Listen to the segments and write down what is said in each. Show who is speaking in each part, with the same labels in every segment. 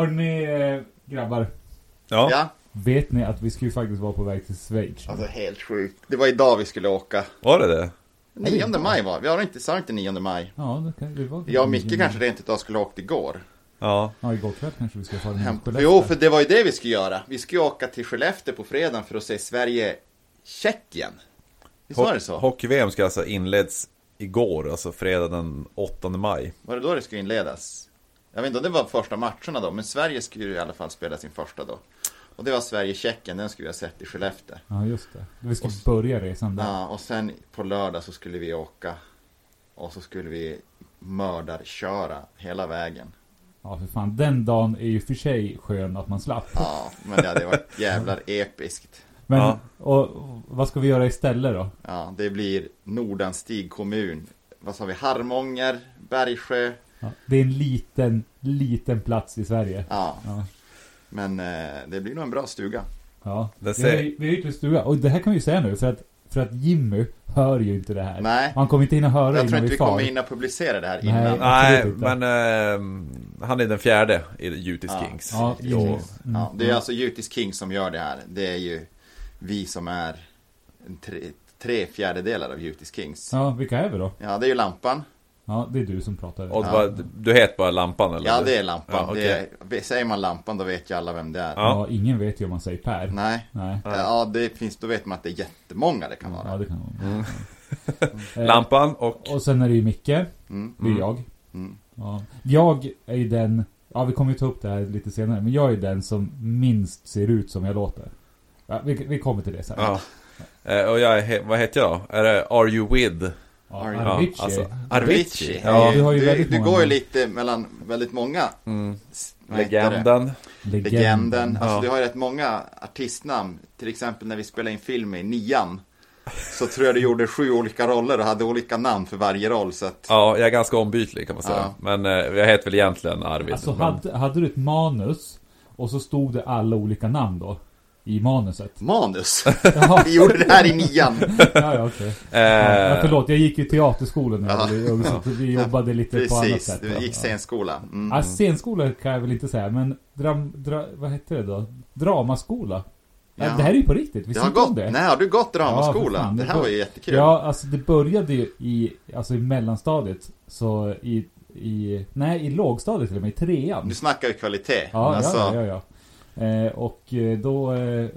Speaker 1: Hörrni, eh, grabbar.
Speaker 2: Ja.
Speaker 3: Ja,
Speaker 1: Vet ni att vi ska ju faktiskt vara på väg till Schweiz?
Speaker 3: alltså helt sjukt. Det var idag vi skulle åka.
Speaker 2: Var det det?
Speaker 3: 9 maj va? Vi har inte, sa inte 9 maj.
Speaker 1: Ja, det kan det var.
Speaker 3: Jag och
Speaker 1: Mm.
Speaker 3: Micke kanske rent utav skulle ha åkt igår.
Speaker 2: Ja.
Speaker 1: Ja, igår kväll kanske vi ska fara hem
Speaker 3: Hem.
Speaker 1: till
Speaker 3: Jo, för det var ju det vi skulle göra. Vi skulle åka till Skellefteå på fredagen för att se Sverige-Tjeckien. Visst var det så?
Speaker 2: Hockey-VM ska alltså inleds igår, alltså fredag den 8 maj.
Speaker 3: Var det då det skulle inledas? Jag vet inte om det var första matcherna då, men Sverige skulle ju i alla fall spela sin första då. Och det var Sverige-Tjeckien, den skulle vi ha sett i Skellefteå.
Speaker 1: Ja, just det. Vi ska börja resan där.
Speaker 3: Ja, och sen på lördag så skulle vi åka. Och så skulle vi mördarköra hela vägen.
Speaker 1: Ja, för fan. Den dagen är ju för sig skön att man slapp.
Speaker 3: Ja, men det hade varit jävlar episkt.
Speaker 1: Men,
Speaker 2: Ja.
Speaker 1: och, och vad ska vi göra istället då?
Speaker 3: Ja, det blir Nordanstig kommun. Vad sa vi? Harmånger, Bergsjö.
Speaker 1: Ja, det är en liten, liten plats i Sverige.
Speaker 3: Ja,
Speaker 1: Ja.
Speaker 3: men eh, det blir nog en bra stuga.
Speaker 1: Ja.
Speaker 2: Det
Speaker 1: Vi
Speaker 2: ser-
Speaker 1: har ju- vi har ju inte stuga. Och det här kan vi ju säga nu, för att, för att Jimmy hör ju inte det här.
Speaker 3: Nej.
Speaker 1: Han kommer inte hinna höra
Speaker 3: Jag tror
Speaker 1: innan
Speaker 3: inte vi
Speaker 1: vi far.
Speaker 3: kommer hinna publicera det här
Speaker 1: Nej.
Speaker 3: innan.
Speaker 2: Nej,
Speaker 1: absolut inte.
Speaker 2: men ehm, han är den fjärde i Jutis
Speaker 3: Ja.
Speaker 2: Kings.
Speaker 1: Ja,
Speaker 2: Jo.
Speaker 1: Jimmy. Mm.
Speaker 3: Ja, det är alltså Jutis King som gör det här. Det är ju vi som är en tre, tre fjärdedelar av Jutis Kings.
Speaker 1: Ja, vilka är vi då?
Speaker 3: Ja, det är ju Lampan.
Speaker 1: Ja, det är du som pratar.
Speaker 2: Och det var, du heter bara Lampan eller?
Speaker 3: Ja, det är Lampan.
Speaker 2: Ja, okej.
Speaker 3: det är, säger man Lampan då vet ju alla vem det är.
Speaker 2: Ja.
Speaker 1: Ja, ingen vet ju om man säger Per.
Speaker 3: Nej.
Speaker 1: Nej.
Speaker 3: Ja, det finns, då vet man att det är jättemånga det kan vara.
Speaker 1: Ja, det kan vara. Eh,
Speaker 2: Lampan och...
Speaker 1: Och sen är det ju Micke.
Speaker 3: Mm.
Speaker 1: Det är jag. Ja. Jag är ju den, ja vi kommer ju ta upp det här lite senare, men jag är den som minst ser ut som jag låter. Ja, vi, vi kommer till det sen.
Speaker 2: Ja. Eh, Och jag, he- vad heter jag då? Är det Are You With?
Speaker 1: Ja,
Speaker 3: Ar-
Speaker 1: Avicii.
Speaker 2: Ja, alltså,
Speaker 3: Avicii.
Speaker 2: Avicii.
Speaker 1: Ja,
Speaker 2: Ja,
Speaker 1: du har ju
Speaker 3: du,
Speaker 1: väldigt
Speaker 3: du
Speaker 1: många.
Speaker 3: går ju lite mellan väldigt många s- vad heter
Speaker 2: Mm,
Speaker 3: det?
Speaker 2: legenden.
Speaker 1: legenden.
Speaker 3: Legenden. Alltså
Speaker 2: Ja.
Speaker 3: du har ju rätt många artistnamn. Till exempel när vi spelade in film i nian. Så tror jag du gjorde sju olika roller och hade olika namn för varje roll. Så att,
Speaker 2: Ja, jag är ganska ombytlig kan man säga. Men eh, jag heter väl egentligen Arvid.
Speaker 1: Alltså
Speaker 2: men...
Speaker 1: hade, hade du ett manus och så stod det alla olika namn då? I manuset?
Speaker 3: Manus.
Speaker 1: Jaha,
Speaker 3: Vi gjorde det här i nian.
Speaker 1: ja, ja, okej. Ja, ja,
Speaker 2: Eh,
Speaker 1: förlåt, jag gick ju teaterskolan nu. och vi- och så Vi jobbade lite på annat
Speaker 3: Precis,
Speaker 1: sätt.
Speaker 3: du gick
Speaker 1: ja.
Speaker 3: scenskola. Mm.
Speaker 1: Ja, scenskola kan jag väl inte säga, men dram, dra, vad hette det då? Dramaskola? Ja.
Speaker 3: Ja.
Speaker 1: det här är ju på riktigt, visst
Speaker 3: Det har
Speaker 1: inte om
Speaker 3: gått.
Speaker 1: det?
Speaker 3: Nej, har du gått dramaskola?
Speaker 1: Ja, för fan,
Speaker 3: det här
Speaker 1: det
Speaker 3: var ju
Speaker 1: går-
Speaker 3: jättekul.
Speaker 1: Ja, alltså det började ju i, alltså i mellanstadiet, så i, i, nej i lågstadiet till och med, i trean.
Speaker 3: Du snackar ju kvalitet.
Speaker 1: Ja,
Speaker 3: alltså,
Speaker 1: ja, ja, ja. Eh, och eh, då, eh,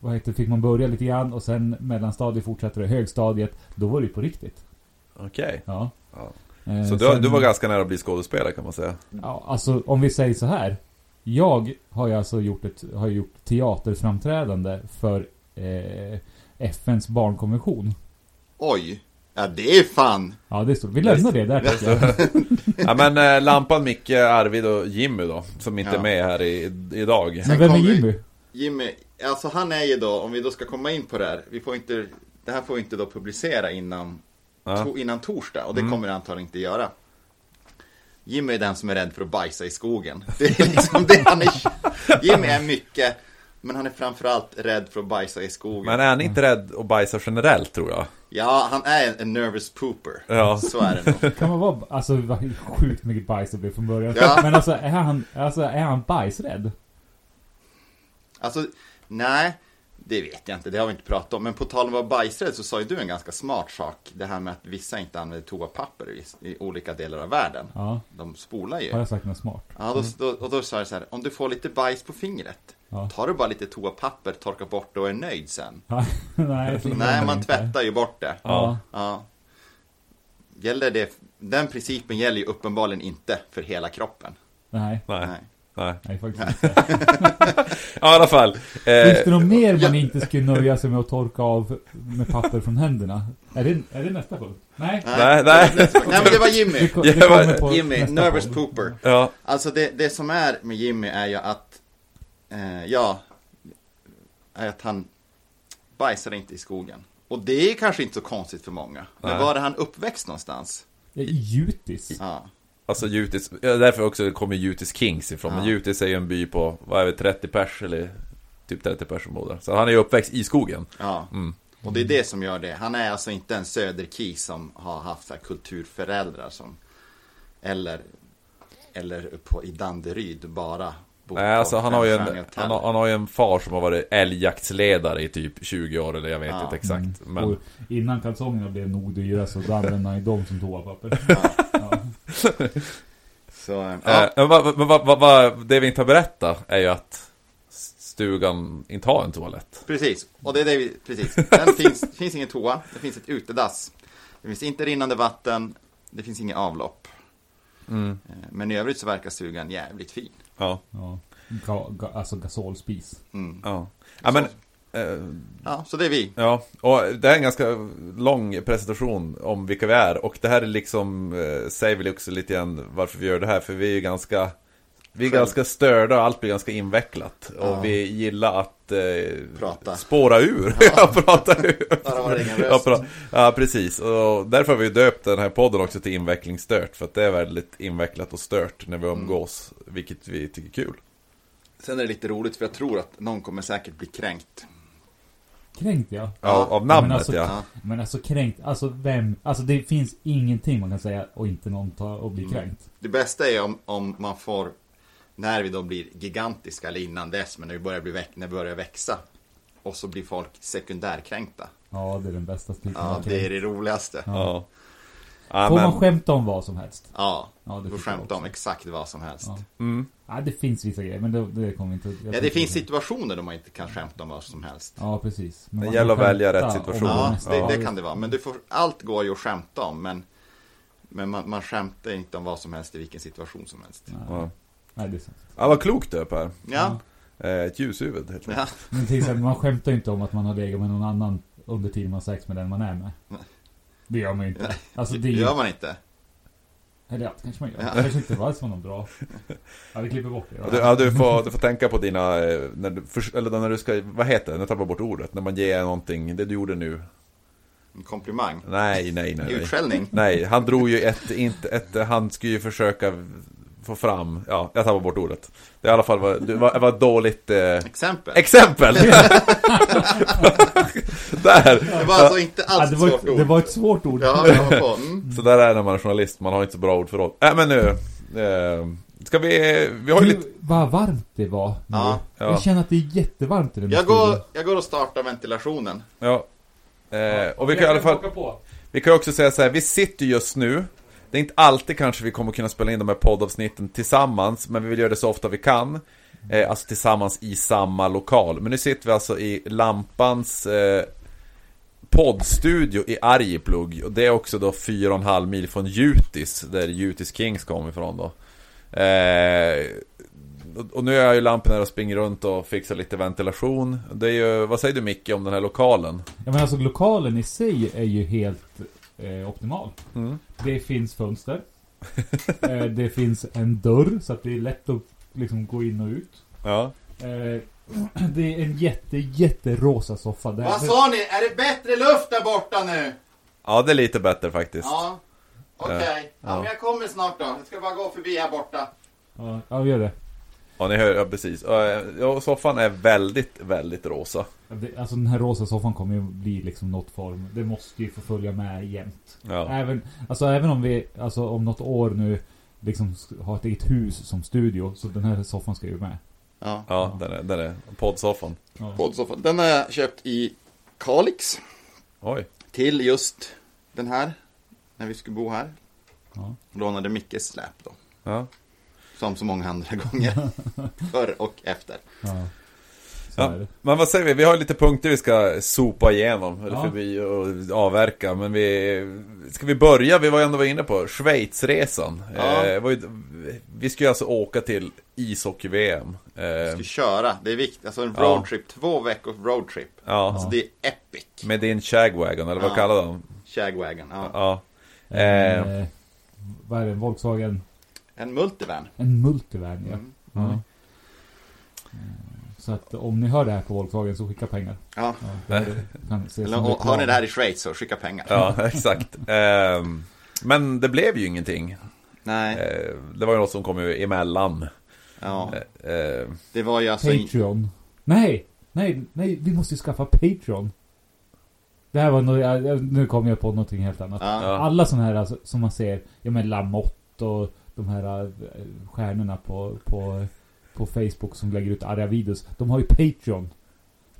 Speaker 1: vad heter det, fick man börja lite grann och sen mellanstadiet fortsatte det, högstadiet, då var det ju på riktigt.
Speaker 2: Okej.
Speaker 1: Ja.
Speaker 2: Ja.
Speaker 1: Eh,
Speaker 2: Så du,
Speaker 1: sen-
Speaker 2: du var ganska nära att bli skådespelare kan man säga.
Speaker 1: Ja, alltså om vi säger så här. Jag har ju alltså gjort ett har gjort teaterframträdande för eh, FNs barnkonvention.
Speaker 3: Oj. Ja, det är fan.
Speaker 1: Ja, det är stort. Vi lämnar det där tycker jag.
Speaker 2: Ja men eh, Lampan, Micke, Arvid och Jimmy då, som inte
Speaker 3: Ja.
Speaker 2: är med här i, idag.
Speaker 1: Men vem är
Speaker 3: kom vi-
Speaker 1: Jimmy?
Speaker 3: Jimmy, alltså han är ju då, om vi då ska komma in på det här, vi får inte, det här får vi inte då publicera innan,
Speaker 2: Ja. Mm.
Speaker 3: to, innan torsdag och det kommer det antagligen inte göra. Jimmy är den som är rädd för att bajsa i skogen. Det är liksom det han är. Jimmy är mycket, men han är framförallt rädd för att bajsa i skogen.
Speaker 2: Men är han inte rädd att bajsa generellt tror jag?
Speaker 3: Ja, han är en nervous pooper.
Speaker 2: Ja.
Speaker 3: Så är det nog.
Speaker 1: Kan man vara, alltså vad sjukt mycket bajs det blev från början.
Speaker 3: Ja.
Speaker 1: Men alltså är, han, alltså är han bajsrädd?
Speaker 3: Alltså, nej, det vet jag inte, det har vi inte pratat om. Men på tal om att vara bajsrädd så sa ju du en ganska smart sak. Det här med att vissa inte använder toapapper i, i olika delar av världen.
Speaker 1: Ja.
Speaker 3: De spolar ju.
Speaker 1: Har jag sagt något smart?
Speaker 3: Ja, då, då, och då sa jag så här, om du får lite bajs på fingret,
Speaker 1: Ja.
Speaker 3: tar du bara lite toapapper, torkar bort det och är nöjd sen?
Speaker 1: Ja, Nej, det gör
Speaker 3: Nej, man
Speaker 1: inte.
Speaker 3: tvättar ju bort det.
Speaker 1: Ja.
Speaker 3: Ja. Gäller det, den principen gäller ju uppenbarligen inte för hela kroppen.
Speaker 1: Nej.
Speaker 2: Nej.
Speaker 3: Nej.
Speaker 2: Nej.
Speaker 1: Nej, faktiskt inte.
Speaker 2: Ja, i alla fall.
Speaker 1: Finns det
Speaker 2: Eh,
Speaker 1: något mer man inte skulle nöja sig med att torka av med papper från händerna? Är det, är det nästa punkt? Nej.
Speaker 2: nej, nej.
Speaker 3: Nej, men det var
Speaker 1: Vi
Speaker 3: Jimmy!
Speaker 1: ko-
Speaker 2: Ja,
Speaker 1: vi kommer
Speaker 2: men-
Speaker 1: på
Speaker 3: Jimmy,
Speaker 1: nästa
Speaker 3: nervous
Speaker 1: podd.
Speaker 3: pooper.
Speaker 2: Ja,
Speaker 3: Alltså det, det som är med Jimmy är ju att, eh, ja, är att han bajsar inte i skogen. Och det är kanske inte så konstigt för många. Men
Speaker 2: Nej.
Speaker 3: var är han uppväxt någonstans?
Speaker 1: Ja, Jutis.
Speaker 3: Ja.
Speaker 2: alltså Jutis, ja, därför också kommer Jutis Kings ifrån. Men
Speaker 3: Ja.
Speaker 2: Jutis är ju en by på, vad är det, 30 pers eller typ 30 pers som bor där. Så han är ju uppväxt i skogen.
Speaker 3: Ja,
Speaker 2: Mm.
Speaker 3: och det är det som gör det. Han är alltså inte en söderkis som har haft så här kulturföräldrar som, eller eller på, i Danderyd bara bo
Speaker 2: Nej, alltså
Speaker 3: på
Speaker 2: han har, ju
Speaker 3: femstjärniga
Speaker 2: en,
Speaker 3: hotell.
Speaker 2: han, har, han har ju en far som har varit älgjaktsledare i typ 20 år, eller jag vet
Speaker 3: Ja.
Speaker 2: inte exakt. Men
Speaker 1: Mm. Och innan kalsongerna blev nog dyra så då använde han ju dem som toapapper. Ja.
Speaker 3: Så, ja.
Speaker 2: Eh, Men vad, vad, vad, vad, vad, det vi inte har berättat är ju att stugan inte har en toalett.
Speaker 3: Precis, och det är det vi, precis. Den finns, det finns ingen toa, det finns ett utedass. Det finns inte rinnande vatten, det finns inget avlopp. Eh, Men i övrigt så verkar stugan jävligt fin.
Speaker 2: Ja.
Speaker 1: Ja. Ga, ga, alltså gasolspis.
Speaker 3: Mm.
Speaker 2: Ja, ja men... eh,
Speaker 3: Ja, så det är vi.
Speaker 2: Ja, och det är en ganska lång presentation om vilka vi är. Och det här är liksom, eh, säger väl också lite grann varför vi gör det här. För vi är ju ganska, vi är
Speaker 3: Själv.
Speaker 2: ganska störda och allt blir ganska invecklat.
Speaker 3: Ja.
Speaker 2: Och vi gillar att eh,
Speaker 3: Prata.
Speaker 2: spåra ur. Ja, prata ur.
Speaker 3: Där har man ingen
Speaker 2: Ja,
Speaker 3: röst.
Speaker 2: pra- ja, precis. Och därför har vi ju döpt den här podden också till Invecklingsstört. För att det är väldigt invecklat och stört när vi
Speaker 3: Mm.
Speaker 2: umgås. Vilket vi tycker är kul.
Speaker 3: Sen är det lite roligt för jag tror att någon kommer säkert bli kränkt.
Speaker 1: Kränkt ja.
Speaker 2: Ja, av- av namnet
Speaker 1: alltså,
Speaker 2: ja.
Speaker 3: Ja.
Speaker 1: Men alltså kränkt, alltså vem, alltså det finns ingenting man kan säga och inte någon ta och bli
Speaker 3: Mm.
Speaker 1: kränkt.
Speaker 3: Det bästa är om, om man får, när vi då blir gigantiska eller innan dess, men när vi börjar, bli väck, när vi börjar växa. Och så blir folk sekundärkränkta.
Speaker 1: Mm. Ja, det är den bästa typen
Speaker 3: Ja,
Speaker 1: av kränkt.
Speaker 3: det är det roligaste.
Speaker 2: Ja. Ja,
Speaker 1: Får
Speaker 2: men-
Speaker 1: man skämta om vad som helst?
Speaker 3: Ja,
Speaker 1: Ja, det
Speaker 3: du får
Speaker 1: tycker jag
Speaker 3: skämta om
Speaker 1: också.
Speaker 3: exakt vad som helst.
Speaker 1: Ja.
Speaker 2: mm.
Speaker 1: Ja, det finns vissa grejer, men det, det kommer vi inte... jag
Speaker 3: Ja, det
Speaker 1: tänker-
Speaker 3: finns situationer då man inte kan skämta om vad som helst.
Speaker 1: Ja, precis. Men
Speaker 2: Det
Speaker 1: man
Speaker 2: gäller
Speaker 1: kan
Speaker 2: att välja
Speaker 1: skämta
Speaker 2: rätt
Speaker 1: om
Speaker 2: situation.
Speaker 3: Ja,
Speaker 1: nästa.
Speaker 3: det, det kan det vara. Men du får, allt går ju att skämta om, men, men man, man skämtar inte om vad som helst i vilken situation som helst.
Speaker 2: Ja.
Speaker 1: Nej, det är sant.
Speaker 2: Ja, vad klokt du är Per.
Speaker 3: Ja,
Speaker 2: Eh, Ett ljushuvud helt
Speaker 3: ja.
Speaker 2: enkelt.
Speaker 1: Men till exempel, man skämtar ju inte om att man har legat med någon annan under tiden man har sex med den man är med.
Speaker 3: Nej.
Speaker 1: Det gör man ju inte.
Speaker 3: Nej.
Speaker 1: Alltså det
Speaker 3: det
Speaker 1: är ju...
Speaker 3: gör man inte.
Speaker 1: Eller ja, det kanske man gör.
Speaker 3: Ja.
Speaker 1: Det kanske inte alls var någon bra... Ja, vi klipper bort det.
Speaker 2: Ja, du, ja, du, får, du får tänka på dina, eh, när du, förs- eller när du ska, vad heter det, nu tappar jag bort ordet, när man ger någonting, det du gjorde nu.
Speaker 3: En komplimang.
Speaker 2: Nej, nej, nej. nej.
Speaker 3: Utskällning.
Speaker 2: Nej, han drog ju ett, inte ett, han skulle ju försöka få fram, ja, jag tappar bort ordet. Det i alla fall var, du, var, var ett dåligt eh,
Speaker 3: Exempel.
Speaker 2: exempel! där!
Speaker 3: Det var alltså inte
Speaker 1: Ja,
Speaker 3: alls
Speaker 1: det,
Speaker 3: ett
Speaker 1: var
Speaker 3: svårt
Speaker 1: ett, det
Speaker 3: ord.
Speaker 1: var ett svårt ord.
Speaker 3: Ja, jag var på. Mm.
Speaker 2: Så där är det när man är journalist, man har inte så bra ord för ord. Äh, men nu, eh, ska vi, vi har ju lite...
Speaker 1: Du, vad varmt det var nu.
Speaker 3: Ja,
Speaker 2: ja.
Speaker 1: Jag känner att det är jättevarmt i den här
Speaker 3: Jag går,
Speaker 1: studion.
Speaker 3: jag går och startar ventilationen.
Speaker 2: Ja. Eh, och vi kan i alla fall... Vi kan ju också säga så här, vi sitter ju just nu. Det är inte alltid kanske vi kommer kunna spela in de här poddavsnitten tillsammans, men vi vill göra det så ofta vi kan. Eh, alltså tillsammans i samma lokal. Men nu sitter vi alltså i Lampans eh, poddstudio i Arjeplog. Och det är också då 4,5 mil från Jutis, där Jutis Kings kom ifrån då. Eh, och- och nu är jag ju Lampen här och springer runt och fixar lite ventilation. Det är ju, vad säger du Micke om den här lokalen?
Speaker 1: Ja men alltså lokalen i sig är ju helt eh, optimal.
Speaker 2: Mm.
Speaker 1: Det finns fönster. eh, det finns en dörr så att det är lätt att liksom gå in och ut.
Speaker 2: Ja.
Speaker 1: Eh, det är en jätte, jätterosa soffa där.
Speaker 3: Vad sa ni? Är det bättre luft där borta nu?
Speaker 2: Ja, det är lite bättre faktiskt.
Speaker 3: Ja. Okej. Ja,
Speaker 2: Ja.
Speaker 3: men jag kommer snart då. Jag ska bara gå förbi här borta.
Speaker 1: Ja, ja, vi gör det.
Speaker 2: Ja, ni hör, ja precis. Eh, Ja, soffan är väldigt, väldigt rosa.
Speaker 1: det. Alltså den här rosa soffan kommer ju bli liksom något form. Det måste ju få följa med jämt.
Speaker 2: Ja.
Speaker 1: Även, alltså även om vi, alltså om något år nu liksom sk- har ett eget hus som studio. Så den här soffan ska ju med.
Speaker 3: Ja.
Speaker 2: Ja, den är, den är poddsoffan.
Speaker 1: Ja.
Speaker 3: Poddsoffan. Den har jag köpt i Kalix.
Speaker 2: Oj.
Speaker 3: Till just den här. När vi skulle bo här.
Speaker 1: Ja.
Speaker 3: Lånade Mickes släp då.
Speaker 2: Ja.
Speaker 3: Som så många andra gånger. Förr och efter.
Speaker 1: ja. Så
Speaker 2: Ja.
Speaker 1: är det.
Speaker 2: Men vad säger vi? Vi har lite punkter vi ska sopa igenom, eller
Speaker 1: Ja.
Speaker 2: förbi och avverka. Men vi... Ska vi börja? Vi var ju ändå inne på Schweizresan.
Speaker 3: Ja.
Speaker 2: Eh, var ju, vi skulle ju alltså åka till ishockey-VM.
Speaker 3: Vi
Speaker 2: Eh,
Speaker 3: ska köra. Det är viktigt. Alltså en
Speaker 2: Ja.
Speaker 3: roadtrip. Två veckors roadtrip.
Speaker 2: ja.
Speaker 3: Alltså det är epic.
Speaker 2: Med din shagwagon, eller vad
Speaker 3: Ja. Mm.
Speaker 2: kallar de?
Speaker 3: Shagwagon. Ja.
Speaker 2: Ja. Eh,
Speaker 1: Eh, vad är det? En Volkswagen?
Speaker 3: En multivan.
Speaker 1: En Multivan ja.
Speaker 3: Mm.
Speaker 1: Ja. Eh, Så att om ni hör det här på Volkswagen så skicka pengar.
Speaker 3: Ja.
Speaker 1: Ja, det kan ses som
Speaker 3: Eller,
Speaker 1: reklam.
Speaker 3: och, har ni det här i Schweiz så skicka pengar.
Speaker 2: Ja, exakt. Ehm, men det blev ju ingenting.
Speaker 3: Nej.
Speaker 2: Eh, det var ju något som kom ju emellan.
Speaker 3: Ja.
Speaker 2: Eh,
Speaker 3: Det var ju alltså... in-
Speaker 1: Patreon. Nej! Nej, nej, vi måste ju skaffa Patreon. Det här var nog, ja, nu kom jag på någonting helt annat.
Speaker 3: Ja.
Speaker 2: Ja.
Speaker 1: Alla sådana här alltså, som man ser, ja men Lamotte och de här eh, stjärnorna på, på, på Facebook som lägger ut arga videos. De har ju Patreon.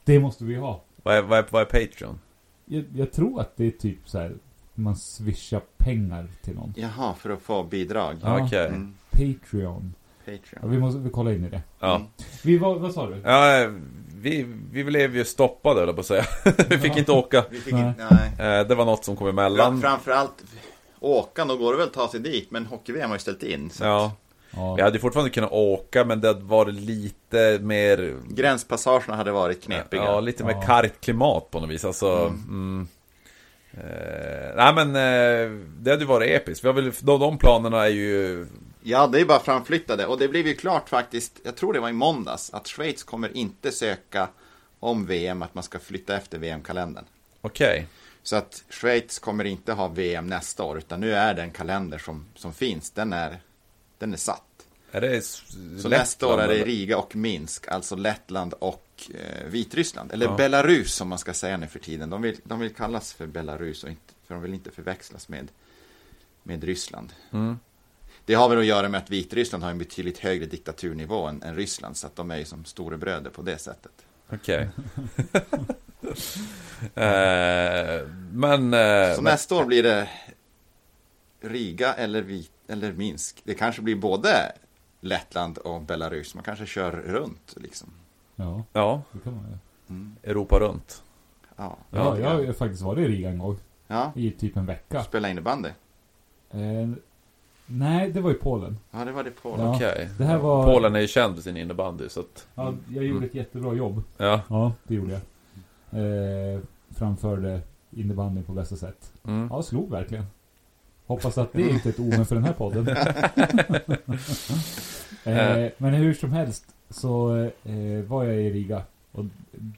Speaker 1: Det måste vi ha.
Speaker 2: Vad är, vad är, vad är Patreon?
Speaker 1: Jag, jag tror att det är typ så här. Man swishar pengar till någon.
Speaker 3: Jaha, för att få bidrag.
Speaker 1: Ja.
Speaker 2: Okej.
Speaker 3: Mm.
Speaker 1: Patreon. Ja,
Speaker 3: Patreon.
Speaker 1: vi måste vi kolla in i det.
Speaker 2: Ja.
Speaker 3: Mm.
Speaker 1: Vi, vad, vad sa du?
Speaker 2: ja vi, vi blev ju stoppade höll jag på att säga. vi fick inte åka.
Speaker 3: Vi fick
Speaker 1: Nej.
Speaker 3: inte, nej.
Speaker 2: Eh, Det var något som kom
Speaker 3: Fra-
Speaker 2: emellan.
Speaker 3: Framförallt åkan, då går det väl att ta sig dit. Men hockey-VM har ju ställt in. Så
Speaker 2: Ja. Vi
Speaker 1: Ja.
Speaker 2: hade ju fortfarande kunnat åka men det var lite mer
Speaker 3: Gränspassagerna hade varit knepiga.
Speaker 2: Ja, lite mer
Speaker 1: Ja.
Speaker 2: kargt klimat på något vis. Alltså, mm. Eh, nej men eh, det hade ju varit episkt. Vi har väl, de, de planerna är ju...
Speaker 3: Ja, det är bara framflyttade och det blev ju klart faktiskt, jag tror det var i måndags, att Schweiz kommer inte söka om VM, att man ska flytta efter VM-kalendern.
Speaker 2: Okej.
Speaker 3: Så att Schweiz kommer inte ha VM nästa år, utan nu är den kalender som, som finns, den är, den är satt.
Speaker 2: Är det s-
Speaker 3: Så
Speaker 2: Lettland,
Speaker 3: nästa år är det
Speaker 2: eller?
Speaker 3: Riga och Minsk, alltså Lettland och eh, Vitryssland, eller Belarus som man ska säga nu för tiden. De vill, de vill kallas för Belarus, och inte, för de vill inte förväxlas med, med Ryssland.
Speaker 2: Mm.
Speaker 3: Det har väl att göra med att Vitryssland har en betydligt högre diktaturnivå än, än Ryssland, så att de är ju som storebröder på det sättet.
Speaker 2: Okej. eh, men... Eh,
Speaker 3: Så
Speaker 2: men
Speaker 3: nästa år blir det Riga eller, Vit, eller Minsk. Det kanske blir både Lettland och Belarus, man kanske kör runt liksom.
Speaker 1: ja,
Speaker 2: ja,
Speaker 1: det kan man göra.
Speaker 2: Europa runt.
Speaker 3: Ja,
Speaker 1: Ja, jag har ju faktiskt varit i Riga en gång.
Speaker 3: ja.
Speaker 1: I typ en vecka.
Speaker 3: spela innebandy.
Speaker 1: Eh, nej, det var i Polen.
Speaker 3: Ja, det var det på.
Speaker 1: Ja,
Speaker 2: Okej.
Speaker 1: det här var-
Speaker 2: Polen är ju känd för sin innebandy så att...
Speaker 1: Ja, jag gjorde ett jättebra jobb.
Speaker 2: Ja.
Speaker 1: Mm. Ja, det gjorde jag. Eh, framförde innebandyn på bästa sätt.
Speaker 2: Mm.
Speaker 1: Ja, slog verkligen. Hoppas att det inte är ett omen för den här podden. eh, men hur som helst så eh, var jag i Riga. Och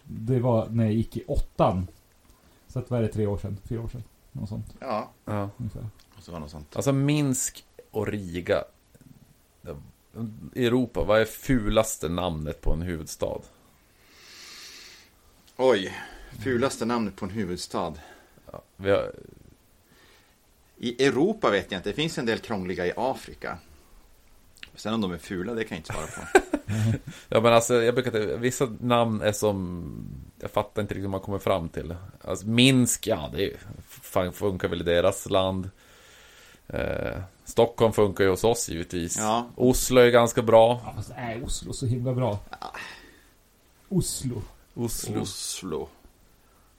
Speaker 1: det var när jag gick i åttan. Så att vad är det, tre år sedan? Fyra år sedan? Något sånt
Speaker 3: Ja,
Speaker 2: ja.
Speaker 1: ungefär.
Speaker 3: och så var det något sånt.
Speaker 2: Alltså Minsk och Riga. Europa, vad är fulaste namnet på en huvudstad?
Speaker 3: Oj, fulaste namnet på en huvudstad.
Speaker 2: Vi har,
Speaker 3: I Europa vet jag inte, det finns en del krångliga i Afrika. Sen om de är fula, det kan jag inte svara på.
Speaker 2: Ja men alltså, jag brukar inte, vissa namn är som, jag fattar inte riktigt hur man kommer fram till. Alltså Minsk, ja det är, ju- fan, funkar väl i deras land. Eh, Stockholm funkar ju hos oss givetvis.
Speaker 3: Ja.
Speaker 2: Oslo är ganska bra.
Speaker 1: Ja, fast är Oslo så himla bra? Oslo.
Speaker 2: Oslo.
Speaker 3: Oslo.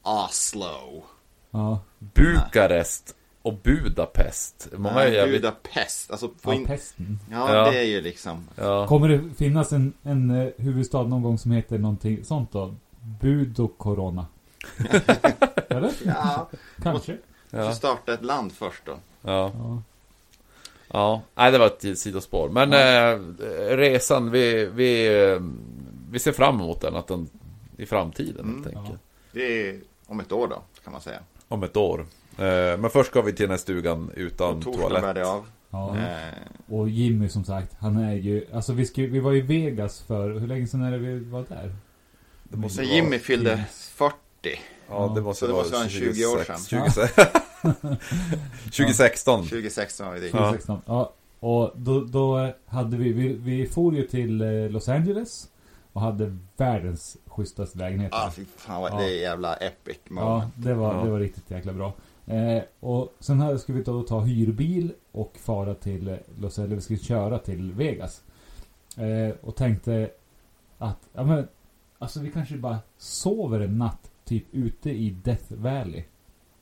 Speaker 3: Oslo.
Speaker 1: Ja.
Speaker 2: Bukarest och Budapest. Många är
Speaker 3: Nej,
Speaker 2: jävligt...
Speaker 3: Budapest. Alltså, få
Speaker 1: ja
Speaker 3: in...
Speaker 1: pesten.
Speaker 3: ja,
Speaker 2: Ja.
Speaker 3: det är ju liksom.
Speaker 2: Ja.
Speaker 1: Kommer det finnas en, en eh, huvudstad någon gång som heter någonting sånt då? Bud och Corona? Eller?
Speaker 3: Ja,
Speaker 1: Kanske?
Speaker 3: så
Speaker 2: Ja.
Speaker 3: starta ett land först då.
Speaker 2: Ja.
Speaker 1: Ja.
Speaker 2: ja. Nej, det var ett sidospår. Men eh, resan, vi, vi, eh, vi ser fram emot den, att den i framtiden
Speaker 3: Mm.
Speaker 2: helt enkelt.
Speaker 3: Det är om ett år då, kan man säga.
Speaker 2: Om ett år. Eh, Men först ska vi till den här stugan
Speaker 3: På
Speaker 2: utan
Speaker 3: torsdag bär
Speaker 2: toalett.
Speaker 3: det av.
Speaker 1: Ja.
Speaker 3: Eh,
Speaker 1: Och Jimmy som sagt, han är ju... Alltså vi, skulle, vi var i Vegas för... Hur länge sedan är det vi var där?
Speaker 2: Det måste
Speaker 3: så
Speaker 2: vara-
Speaker 3: Jimmy
Speaker 2: Mm.
Speaker 3: fyllde 40
Speaker 2: Ja, det måste
Speaker 3: Så det måste vara en 20 år
Speaker 2: 26
Speaker 3: sedan.
Speaker 2: 26 2016.
Speaker 3: 2016 var vi dit.
Speaker 1: 2016. Ja. Och då, då eh, hade vi, vi... Vi for ju till eh, Los Angeles. Och hade världens schysstaste lägenheter.
Speaker 3: Ah, fy fan, vad-
Speaker 1: Ja.
Speaker 3: det är jävla epic
Speaker 1: Ja,
Speaker 3: moment.
Speaker 1: det var,
Speaker 2: Ja.
Speaker 1: det var riktigt jäkla bra. Eh, och sen här ska vi då ta hyrbil och fara till eh, Los Angeles. Vi ska köra till Vegas. Eh, och tänkte att, ja men, alltså vi kanske bara sover en natt typ ute i Death Valley.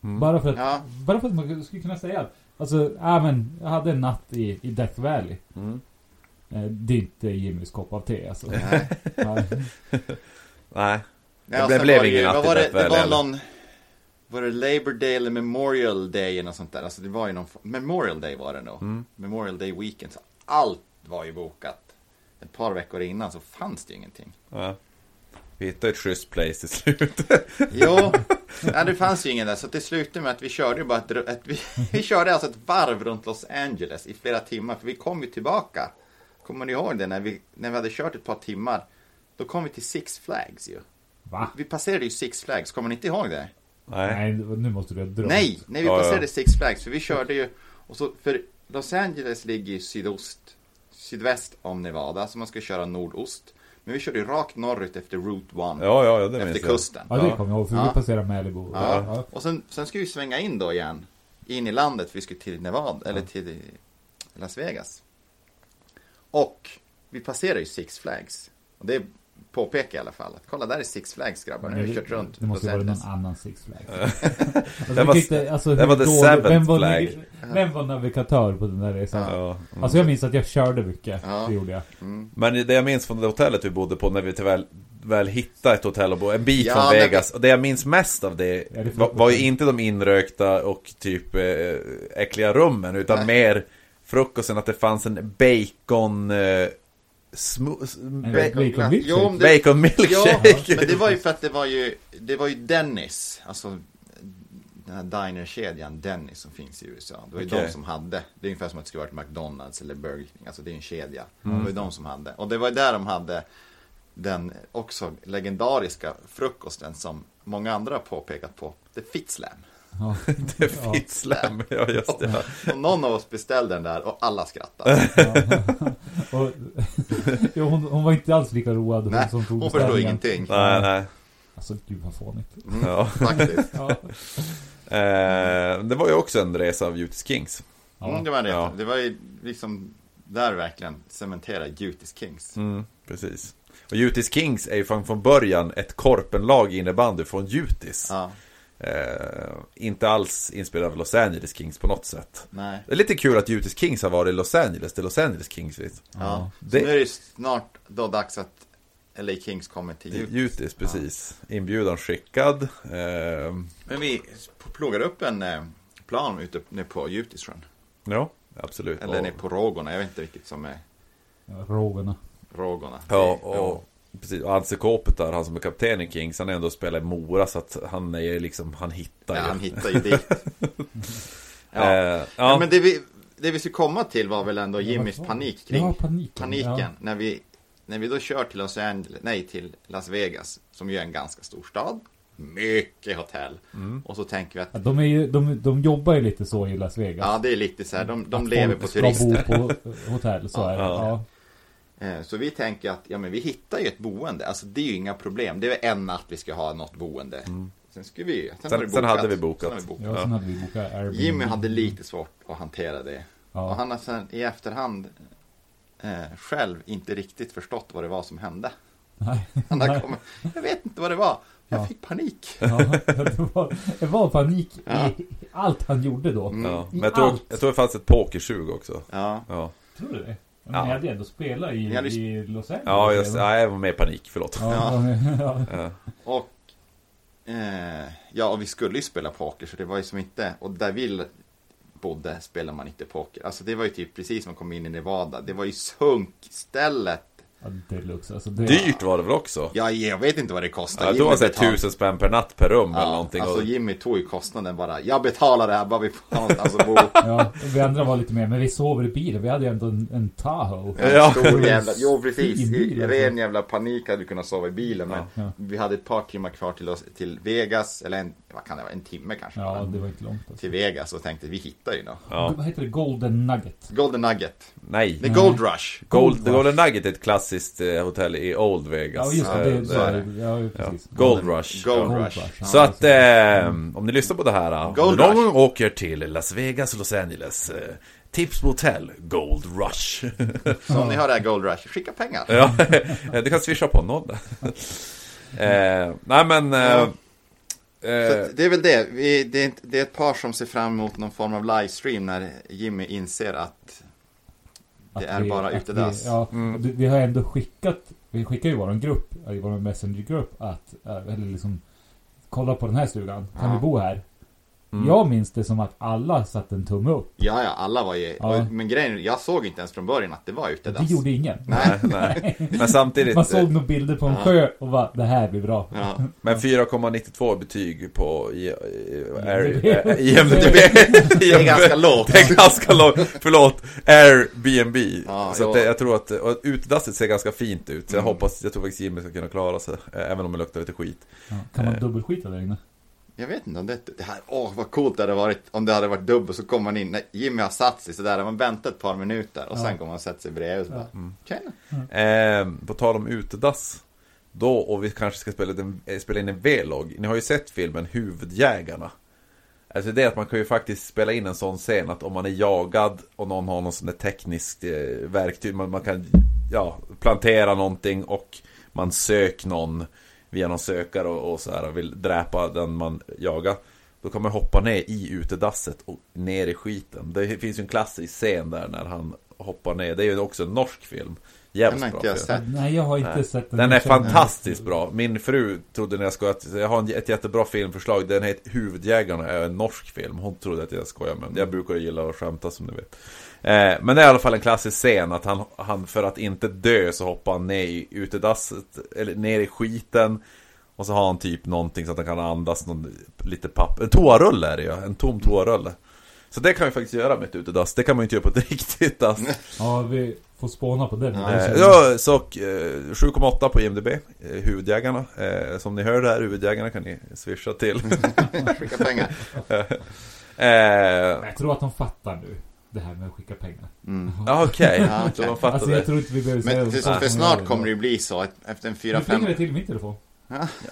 Speaker 2: Mm.
Speaker 1: Bara, för att,
Speaker 3: Ja.
Speaker 1: bara för att man skulle kunna säga att, alltså, ja men, jag hade en natt i, i Death Valley.
Speaker 2: Mm.
Speaker 1: Eh, det är inte Jimmys kopp av te alltså.
Speaker 3: Nej.
Speaker 1: Nej.
Speaker 2: Nej.
Speaker 3: Ja,
Speaker 2: Det
Speaker 3: och
Speaker 2: blev-
Speaker 3: sen
Speaker 2: blev
Speaker 3: var det ju-
Speaker 2: ingen natt
Speaker 3: vad
Speaker 2: i
Speaker 3: var det,
Speaker 2: Death
Speaker 3: det
Speaker 2: Valley,
Speaker 3: var
Speaker 2: eller?
Speaker 3: någon... Var det Labor Day eller Memorial Day eller något sånt där? Alltså det var ju någon... Memorial Day var det nog. Memorial Day Weekend. Så allt var ju bokat. Ett par veckor innan så fanns det ju ingenting.
Speaker 2: Ja. Vi hittade ett schysst place till slut.
Speaker 3: Jo, nej, det fanns ju ingen där. Så det slutade med att vi körde ju bara ett, ett, vi, vi körde alltså ett varv runt Los Angeles i flera timmar. För vi kom ju tillbaka. Kommer ni ihåg det? När vi, när vi hade kört ett par timmar. Då kom vi till Six Flags ju.
Speaker 1: Va?
Speaker 3: Vi passerade ju Six Flags. Kommer ni inte ihåg det?
Speaker 2: Nej.
Speaker 1: Nej, nu måste du ha drömt.
Speaker 3: Nej, nej vi
Speaker 2: Ja, ja.
Speaker 3: passerade Six Flags. För vi körde ju. Och så för Los Angeles ligger i sydost, sydväst om Nevada, så man ska köra nordost. Men vi körde ju rakt norrut efter Route 1,
Speaker 2: Ja, ja, ja, det minns
Speaker 3: efter
Speaker 2: jag.
Speaker 3: kusten.
Speaker 1: Ja, det kommer jag ihåg. För vi
Speaker 3: Ja.
Speaker 1: passerar Malibu.
Speaker 3: Ja.
Speaker 1: Ja.
Speaker 3: Och sen, sen ska vi svänga in då igen, in i landet, för vi skulle till Nevada, eller till Las Vegas. Och vi passerar ju Six Flags. Och det påpekar i alla fall att kolla där är Six Flags grabbar, nu har vi kört runt
Speaker 1: Det måste
Speaker 3: Los
Speaker 1: vara någon
Speaker 3: Annan...
Speaker 1: annan Six Flags. alltså, det
Speaker 2: Det var-
Speaker 1: var, inte, alltså,
Speaker 2: det
Speaker 1: hur
Speaker 2: var the
Speaker 1: dålig-
Speaker 2: seventh
Speaker 1: vem var,
Speaker 2: flag.
Speaker 1: navi- Vem var navigatör på den där resan?
Speaker 2: Ja. Mm.
Speaker 1: Alltså jag minns att jag körde mycket.
Speaker 3: Ja.
Speaker 1: Det gjorde jag.
Speaker 2: Men det jag minns från det hotellet vi bodde på när vi till väl, väl hittade ett hotell och bo, en bit
Speaker 3: Ja,
Speaker 2: från
Speaker 3: men-
Speaker 2: Vegas. Och det jag minns mest av det,
Speaker 1: Ja, det får-
Speaker 2: var, var ju inte de inrökta och typ eh, äckliga rummen. Utan
Speaker 3: Nej.
Speaker 2: mer frukosten, att det fanns en bacon... Eh, smo, s-
Speaker 1: En
Speaker 2: ba,
Speaker 1: bacon
Speaker 3: Jo,
Speaker 1: milkshake.
Speaker 3: men det,
Speaker 2: bacon
Speaker 3: ja,
Speaker 2: milkshake!
Speaker 3: men det var ju för att det var ju, det var ju Dennis, alltså den här dinerkedjan Dennis som finns i USA. Det var ju
Speaker 2: Okej.
Speaker 3: de som hade, det är ungefär som att det skulle varit McDonalds eller Burger King, alltså det är en kedja.
Speaker 2: Mm.
Speaker 3: Det var ju de som hade, och det var ju där de hade den också legendariska frukosten som många andra har påpekat på, The Fit Slam.
Speaker 1: Ja.
Speaker 2: Det finns slam, ja just det.
Speaker 3: Och någon av oss beställde den där och alla skrattade.
Speaker 1: Och, jo, hon, hon var inte alls lika road. Hon
Speaker 3: Nej,
Speaker 1: som tog
Speaker 3: hon förstod
Speaker 1: beställningen.
Speaker 3: ingenting.
Speaker 2: Nej, nej.
Speaker 1: Alltså gud vad fånigt.
Speaker 2: Ja.
Speaker 3: Mm. Faktiskt.
Speaker 1: Ja.
Speaker 2: Eh, det var ju också en resa av Jutis Kings.
Speaker 3: Mm, det var det.
Speaker 2: Ja.
Speaker 3: Det var ju liksom där verkligen cementera Jutis Kings.
Speaker 2: Mm, precis. Och Jutis Kings är ju från, från början ett korpenlag i innebandy från Jutis.
Speaker 3: Ja,
Speaker 2: Eh, inte alls inspelad av Los Angeles Kings på något sätt.
Speaker 3: nej.
Speaker 2: Det är lite kul att Jutis Kings har varit i Los Angeles, det är Los Angeles Kings. vet.
Speaker 3: Ja.
Speaker 2: Det-
Speaker 3: Så nu är det snart då dags att LA Kings kommer till Jutis.
Speaker 2: Jutis, precis. Inbjudan skickad. Eh,
Speaker 3: Men vi plogar upp en eh, plan ute nere på Jutis tror jag.
Speaker 2: ja, absolut.
Speaker 3: Eller
Speaker 2: Och-
Speaker 3: nere på Rågorna, jag vet inte riktigt som är
Speaker 1: Rågorna.
Speaker 3: Rågorna.
Speaker 2: Ja, och, precis. Och Anse Kopitar, han som är kapten i Kings, han är ändå spelat i Mora så att han är ju liksom, han hittar
Speaker 3: Ja,
Speaker 2: ju.
Speaker 3: han hittar ju dit. ja.
Speaker 2: Eh, ja.
Speaker 3: Men det vi, det vi skulle komma till var väl ändå Jimmys
Speaker 1: Ja,
Speaker 3: panik kring
Speaker 1: ja, paniken, ja.
Speaker 3: när, vi, när vi då kör till Los Angeles, nej till Las Vegas, som ju är en ganska stor stad. Mycket hotell.
Speaker 1: Mm.
Speaker 3: Och så tänker vi att
Speaker 1: Ja, de, är ju, de, de jobbar ju lite så i Las Vegas.
Speaker 3: ja, det är lite så här, de, de
Speaker 1: Att
Speaker 3: lever
Speaker 1: folk
Speaker 3: på
Speaker 1: ska
Speaker 3: turister.
Speaker 1: bo på eh, hotell, så är det.
Speaker 2: Ja.
Speaker 1: Ja.
Speaker 3: Eh, Så vi tänker att ja, men vi hittar ju ett boende, alltså det är ju inga problem. Det är väl en natt vi ska ha något boende.
Speaker 1: Mm.
Speaker 3: Sen, skulle vi, sen, var det
Speaker 2: Sen- sen hade vi bokat.
Speaker 3: Sen hade vi
Speaker 1: Ja, sen hade vi bokat Airbnb.
Speaker 3: Jimmy hade lite svårt att hantera det.
Speaker 1: Ja.
Speaker 3: Och han har sen i efterhand eh, själv inte riktigt förstått vad det var som hände.
Speaker 1: Nej.
Speaker 3: Han har
Speaker 1: Nej.
Speaker 3: kommit, jag vet inte vad det var. Jag
Speaker 1: Ja.
Speaker 3: fick panik.
Speaker 1: Ja, det, var, det var panik
Speaker 3: Ja.
Speaker 1: i allt han gjorde då.
Speaker 2: Ja,
Speaker 3: Mm,
Speaker 1: I
Speaker 2: men jag tror,
Speaker 1: allt.
Speaker 2: jag tror det fanns ett pokersug också.
Speaker 3: Ja,
Speaker 2: Ja,
Speaker 1: Tror du det? Men
Speaker 2: Ja.
Speaker 1: ni hade ju ändå spelat i,
Speaker 3: Ni hade-
Speaker 1: i Los Angeles.
Speaker 2: ja just
Speaker 1: redan.
Speaker 2: Nej, jag var med i panik, förlåt.
Speaker 1: Ja, ja.
Speaker 2: Eh,
Speaker 3: och eh, ja, och vi skulle ju spela poker så det var ju som inte, och där vi bodde spelar man inte poker. Alltså det var ju typ precis som man kom in i Nevada. Det var ju sunkstället.
Speaker 1: ja. Deluxe. Alltså, det,
Speaker 2: Dyrt var det väl också?
Speaker 3: Ja, jag vet inte vad det kostar.
Speaker 2: Jag tror
Speaker 3: Jimmy
Speaker 2: det var
Speaker 3: betalade-
Speaker 2: tusen spänn per natt per rum eller
Speaker 3: Ja,
Speaker 2: någonting.
Speaker 3: alltså
Speaker 2: och,
Speaker 3: Jimmy tog ju kostnaden bara. Jag betalar det här bara vi får någonstans att bo.
Speaker 1: Ja, vi andra var lite mer, men vi sover i bilen. Vi hade ju ändå en, en Tahoe.
Speaker 3: En
Speaker 2: Ja.
Speaker 3: stor jävla, jo precis,
Speaker 1: Fin bil,
Speaker 3: i
Speaker 1: alltså.
Speaker 3: ren jävla panik hade vi kunnat sova i bilen. Men
Speaker 1: Ja.
Speaker 3: vi hade ett par timmar kvar till, oss, till Vegas, eller en, vad kan det vara, en timme kanske.
Speaker 1: Ja, det var inte långt. Alltså.
Speaker 3: Till Vegas och tänkte vi hittar ju något.
Speaker 2: Ja.
Speaker 1: Vad heter det? Golden Nugget?
Speaker 3: Golden Nugget,
Speaker 2: nej.
Speaker 3: The Gold Rush.
Speaker 2: Gold, The Golden Nugget är ett klassiskt eh, hotell i Old
Speaker 1: Ja,
Speaker 2: Vegas.
Speaker 1: just det.
Speaker 2: Eh,
Speaker 1: det, så är det. Ja, precis.
Speaker 2: Gold Rush.
Speaker 3: Gold
Speaker 2: ja.
Speaker 1: Gold
Speaker 3: Rush.
Speaker 1: Ja,
Speaker 2: Så att
Speaker 1: precis.
Speaker 2: eh, om ni lyssnar på det här, eh, om
Speaker 3: Gold
Speaker 2: ni någon
Speaker 3: Rush.
Speaker 2: gång åker till Las Vegas och Los Angeles, eh, tips på hotell, Gold Rush.
Speaker 3: Så om ni hör det här Gold Rush, skicka pengar.
Speaker 2: Ja, du kan swisha på någon. eh, nej men... Eh,
Speaker 3: Så
Speaker 2: eh,
Speaker 3: att det är väl det. Vi, det, är inte, det är ett par som ser fram emot någon form av livestream när Jimmy inser att
Speaker 1: Att
Speaker 3: det är
Speaker 1: vi-
Speaker 3: bara
Speaker 1: att
Speaker 3: utedass.
Speaker 1: vi- Ja, och det- vi har ändå skickat, vi skickar ju våran grupp, eh, i vår messengergrupp att, eh, eller liksom, kolla på den här stugan, kan
Speaker 3: Ja.
Speaker 1: vi bo här? Jag minns det som att alla satte en tumme upp.
Speaker 3: Ja, ja, alla var ju...
Speaker 1: Ja.
Speaker 3: och- Men grejen är, jag såg inte ens från början att det var utedass.
Speaker 1: Det gjorde ingen.
Speaker 2: nej, nej. Men samtidigt,
Speaker 1: Man såg nog bilder på en sjö och bara, det här blir bra.
Speaker 3: Ja.
Speaker 2: men 4,92 betyg på i- i- Air-
Speaker 1: Det är-
Speaker 2: eh, IMDB.
Speaker 3: Det är ganska lågt.
Speaker 2: Det är ganska långt, förlåt, Airbnb. så
Speaker 3: Ja,
Speaker 2: att
Speaker 3: ja. Mm.
Speaker 2: det, jag tror att och utedasset ser ganska fint ut. Så jag hoppas, jag tror faktiskt Jimmy ska kunna klara sig. eh, Även om det luktar lite skit.
Speaker 1: Ja, Kan man dubbelskita där inne?
Speaker 3: Jag vet inte om det, det här, åh vad coolt det hade varit om det hade varit dubbel så kommer man in, när Jimmy har satt sig sådär, man väntar ett par minuter och sen kommer man och sätter sig bredvid och så bara, "Mm, tjena.
Speaker 2: Eh, på tal om utedass. Då, och vi kanske ska spela, den, eh, spela in en V-logg. Ni har ju sett filmen Huvudjägarna. Alltså det är att man kan ju faktiskt spela in en sån scen att om man är jagad och någon har någon sån där tekniskt eh, verktyg. Man, man kan ja, plantera någonting och man sök någon via någon sökare och, och så här och vill dräpa den man jagar. Då kan man hoppa ner i utedasset och ner i skiten. Det finns ju en klassisk scen där när han hoppar ner. Det är ju också en norsk film. Jävligt
Speaker 3: Den
Speaker 2: bra
Speaker 3: har inte jag
Speaker 2: film.
Speaker 3: sett.
Speaker 1: Nej, jag har inte sett den.
Speaker 2: Den är
Speaker 1: Jag känner-
Speaker 2: fantastiskt bra. Min fru trodde när jag skojade att jag har en- ett jättebra filmförslag. Den heter Huvudjägarna, är en norsk film. Hon trodde att jag skojade med den. Jag brukar ju gilla att skämta som ni vet. Eh, Men det är i alla fall en klassisk scen att han, han för att inte dö så hoppar han ner i utedasset, eller ner i skiten. Och så har han typ någonting så att han kan andas, någon, lite papper. En toarulle är det ju, en tom toarulle. Så det kan vi faktiskt göra med ett utedass. Det kan man ju inte göra på ett riktigt dass.
Speaker 1: Ja, vi får spåna på den.
Speaker 2: Eh, Ja, så och, eh, 7,8 på IMDB, eh, Huvudjägarna. Eh, som ni hör där, Huvudjägarna kan ni swisha till.
Speaker 3: Mm. Skicka pengar.
Speaker 2: eh,
Speaker 1: Jag tror att de fattar nu. Det här med att skicka pengar.
Speaker 2: ja, Okej,
Speaker 3: Ja, okej.
Speaker 2: så de fattar
Speaker 1: Alltså
Speaker 2: det.
Speaker 1: jag tror inte vi behöver säga
Speaker 3: Mm. Men
Speaker 2: "Ah,
Speaker 3: för, för snart kommer det ju bli så, att efter en
Speaker 1: Nu
Speaker 3: fyra fem
Speaker 1: plingar det till i min telefon.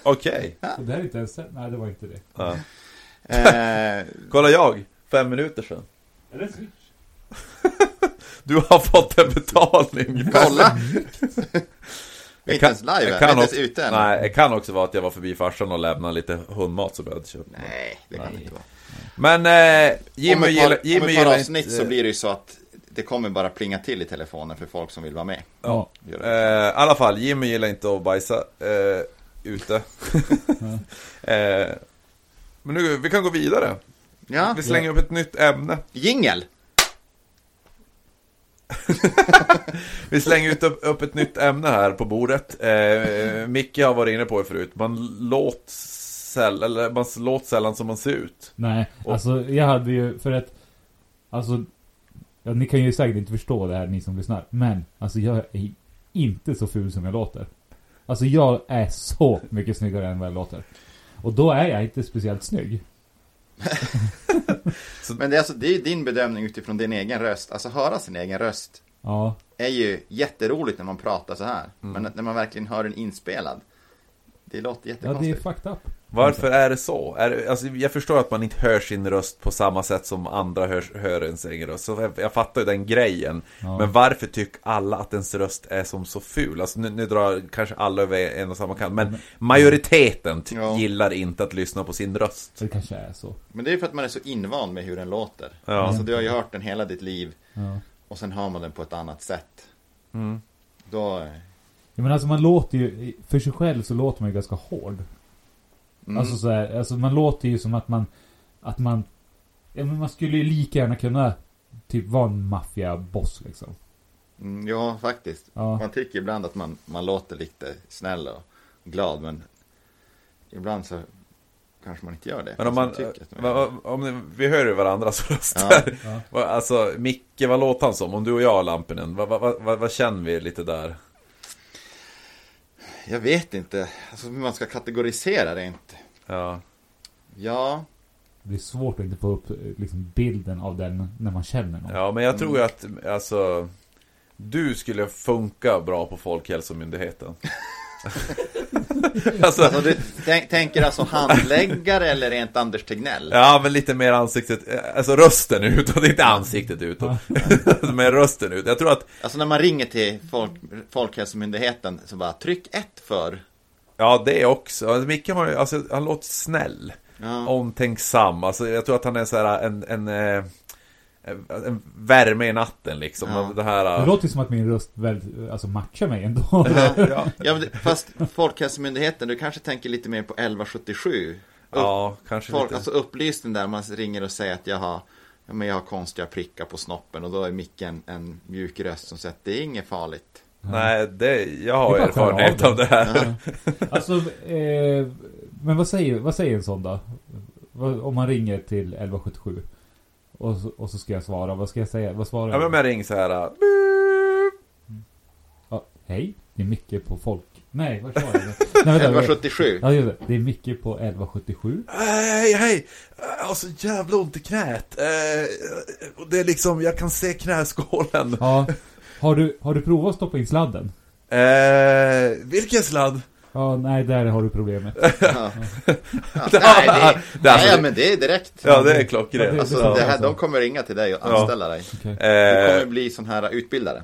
Speaker 2: Okej,
Speaker 1: Så det här är inte ens... Nej, det var inte det.
Speaker 2: ja.
Speaker 3: eh,
Speaker 2: kolla jag, fem minuter sedan.
Speaker 1: Är det Switch?
Speaker 2: Du har fått en betalning.
Speaker 3: Kolla! Vi är
Speaker 2: Jag
Speaker 3: inte
Speaker 2: kan-
Speaker 3: ens live
Speaker 2: jag
Speaker 3: än, vi
Speaker 2: kan
Speaker 3: är inte ens
Speaker 2: också-
Speaker 3: ute än.
Speaker 2: Nej, det kan också vara att jag var förbi farsan och lämnade lite hundmat som jag hade köpt.
Speaker 3: Nej, det kan
Speaker 2: Nej.
Speaker 3: det inte vara.
Speaker 2: Men eh,
Speaker 3: om
Speaker 2: Jimmy
Speaker 3: ett par,
Speaker 2: gillar Jimmy
Speaker 3: om ett par
Speaker 2: gillar
Speaker 3: avsnitt så blir det ju så att det kommer bara plinga till i telefonen för folk som vill vara med.
Speaker 1: Ja.
Speaker 3: Gör
Speaker 2: Eh,
Speaker 3: det.
Speaker 2: I alla fall, Jimmy gillar inte att bajsa eh, ute. eh, men nu, vi kan gå vidare.
Speaker 3: Ja,
Speaker 2: Vi slänger upp ett nytt ämne.
Speaker 3: jingel!
Speaker 2: Vi slänger ut upp, upp ett nytt ämne här på bordet. Eh, Micke har varit inne på det förut. Man låter säll, eller man låter sällan som man ser ut.
Speaker 1: Nej,
Speaker 2: Och-
Speaker 1: alltså jag hade ju för att... Alltså... Ja, ni kan ju säkert inte förstå det här, ni som lyssnar. Men, alltså jag är inte så ful som jag låter. Alltså jag är så mycket snyggare än vad jag låter. Och då är jag inte speciellt snygg.
Speaker 3: Men det är, alltså, det är ju din bedömning utifrån din egen röst. Alltså höra sin egen röst
Speaker 1: Ja.
Speaker 3: är ju jätteroligt när man pratar så här. Men när man verkligen hör den inspelad. Det låter
Speaker 1: Ja, det är
Speaker 3: jättekonstigt.
Speaker 1: fucked up.
Speaker 2: Varför är det så? Är, det- alltså, jag förstår att man inte hör sin röst på samma sätt som andra hör, hör ens egen röst. Så jag, jag fattar ju den grejen.
Speaker 1: Ja.
Speaker 2: Men varför tycker alla att ens röst är som så ful? Alltså, nu, nu drar kanske alla över en och samma kant. Men majoriteten ty-
Speaker 3: Ja.
Speaker 2: gillar inte att lyssna på sin röst.
Speaker 1: Så det kanske är så.
Speaker 3: Men det är ju för att man är så invand med hur den låter.
Speaker 2: Ja.
Speaker 3: Alltså du har ju hört den hela ditt liv.
Speaker 1: Ja.
Speaker 3: Och sen hör man den på ett annat sätt. Då...
Speaker 1: Ja, men alltså man låter ju, för sig själv så låter man ju ganska hård. Alltså så här, alltså man låter ju som att man, att man, ja men man skulle ju lika gärna kunna typ vara en maffiaboss liksom.
Speaker 3: Mm, ja, faktiskt.
Speaker 1: Ja.
Speaker 3: Man tycker ibland att man, man låter lite snäll och glad, men ibland så kanske man inte gör det.
Speaker 2: Men om man,
Speaker 3: Fast Alltså, tycker att man
Speaker 2: va-
Speaker 3: gör det.
Speaker 2: va- om ni- vi hör ju varandras röster. Va- Alltså, Micke, vad låter han som? Om du och jag, Lampinen, vad, vad, vad, vad, vad känner vi lite där?
Speaker 3: Jag vet inte alltså, hur man ska kategorisera det inte.
Speaker 2: Ja.
Speaker 3: Ja,
Speaker 1: Det är svårt att inte få upp eh, liksom bilden av den när man känner någon.
Speaker 2: Ja, men jag
Speaker 3: Mm.
Speaker 2: tror ju att, alltså, du skulle funka bra på Folkhälsomyndigheten. alltså,
Speaker 3: alltså, du tänk, tänker alltså handläggare eller rent Anders Tegnell?
Speaker 2: ja, men lite mer ansiktet, eh, alltså rösten utåt, inte ansiktet utåt. Alltså, men rösten ut. Jag tror att,
Speaker 3: Alltså när man ringer till folk, Folkhälsomyndigheten så bara tryck ett för.
Speaker 2: ja, det också. Alltså, Micke har ju, alltså, han låter snäll.
Speaker 3: Ja.
Speaker 2: Omtänksam, alltså jag tror att han är så här en, en, eh, en värme i natten liksom.
Speaker 3: Ja.
Speaker 2: Det här,
Speaker 1: Det
Speaker 2: eh,
Speaker 1: låter ju som att min röst väl, alltså matchar mig ändå.
Speaker 3: Ja, men det- fast Folkhälsomyndigheten, du kanske tänker lite mer på 1177?
Speaker 2: ja, kanske
Speaker 3: Folk,
Speaker 2: lite.
Speaker 3: alltså upplysten där man ringer och säger att jag har, ja, men jag har konstiga prickar på snoppen och då är micken en mjuk röst som säger att det är inget farligt.
Speaker 2: Nej, det, jag har
Speaker 1: Det är bara att höra
Speaker 2: erfarenhet
Speaker 1: av
Speaker 2: av det här.
Speaker 1: Alltså, eh, men vad säger, vad säger en sån då? Vad- Om man ringer till 1177 och, så- och så ska jag svara, vad ska jag säga? Vad svarar
Speaker 2: Ja, men om
Speaker 1: jag?
Speaker 2: jag ringer så här. äh,
Speaker 1: Ja, hej? Det är Micke på folk. Nej, vad sa jag? Nej, vänta, vänta.
Speaker 3: 1177.
Speaker 1: Ja, just det. Det är Micke på 1177.
Speaker 2: Hej, hej! Jag har så jävla ont i knät. Eh, och Det är liksom, jag kan se knäskålen.
Speaker 1: Ja. Har du, har du provat att stoppa in sladden?
Speaker 2: Eh, vilken sladd?
Speaker 1: Ja, nej, där har du problemet.
Speaker 3: Ja. Ja, Alltså, nej, det,
Speaker 2: Det är- alltså-
Speaker 3: nej, men det är direkt.
Speaker 2: Ja, det är
Speaker 1: Ja, det-
Speaker 2: klockrent.
Speaker 1: det-
Speaker 3: Alltså, det här, de kommer ringa till dig och
Speaker 2: Ja.
Speaker 3: anställa dig.
Speaker 1: Okej.
Speaker 3: Du
Speaker 2: Eh,
Speaker 3: kommer bli sån här utbildare.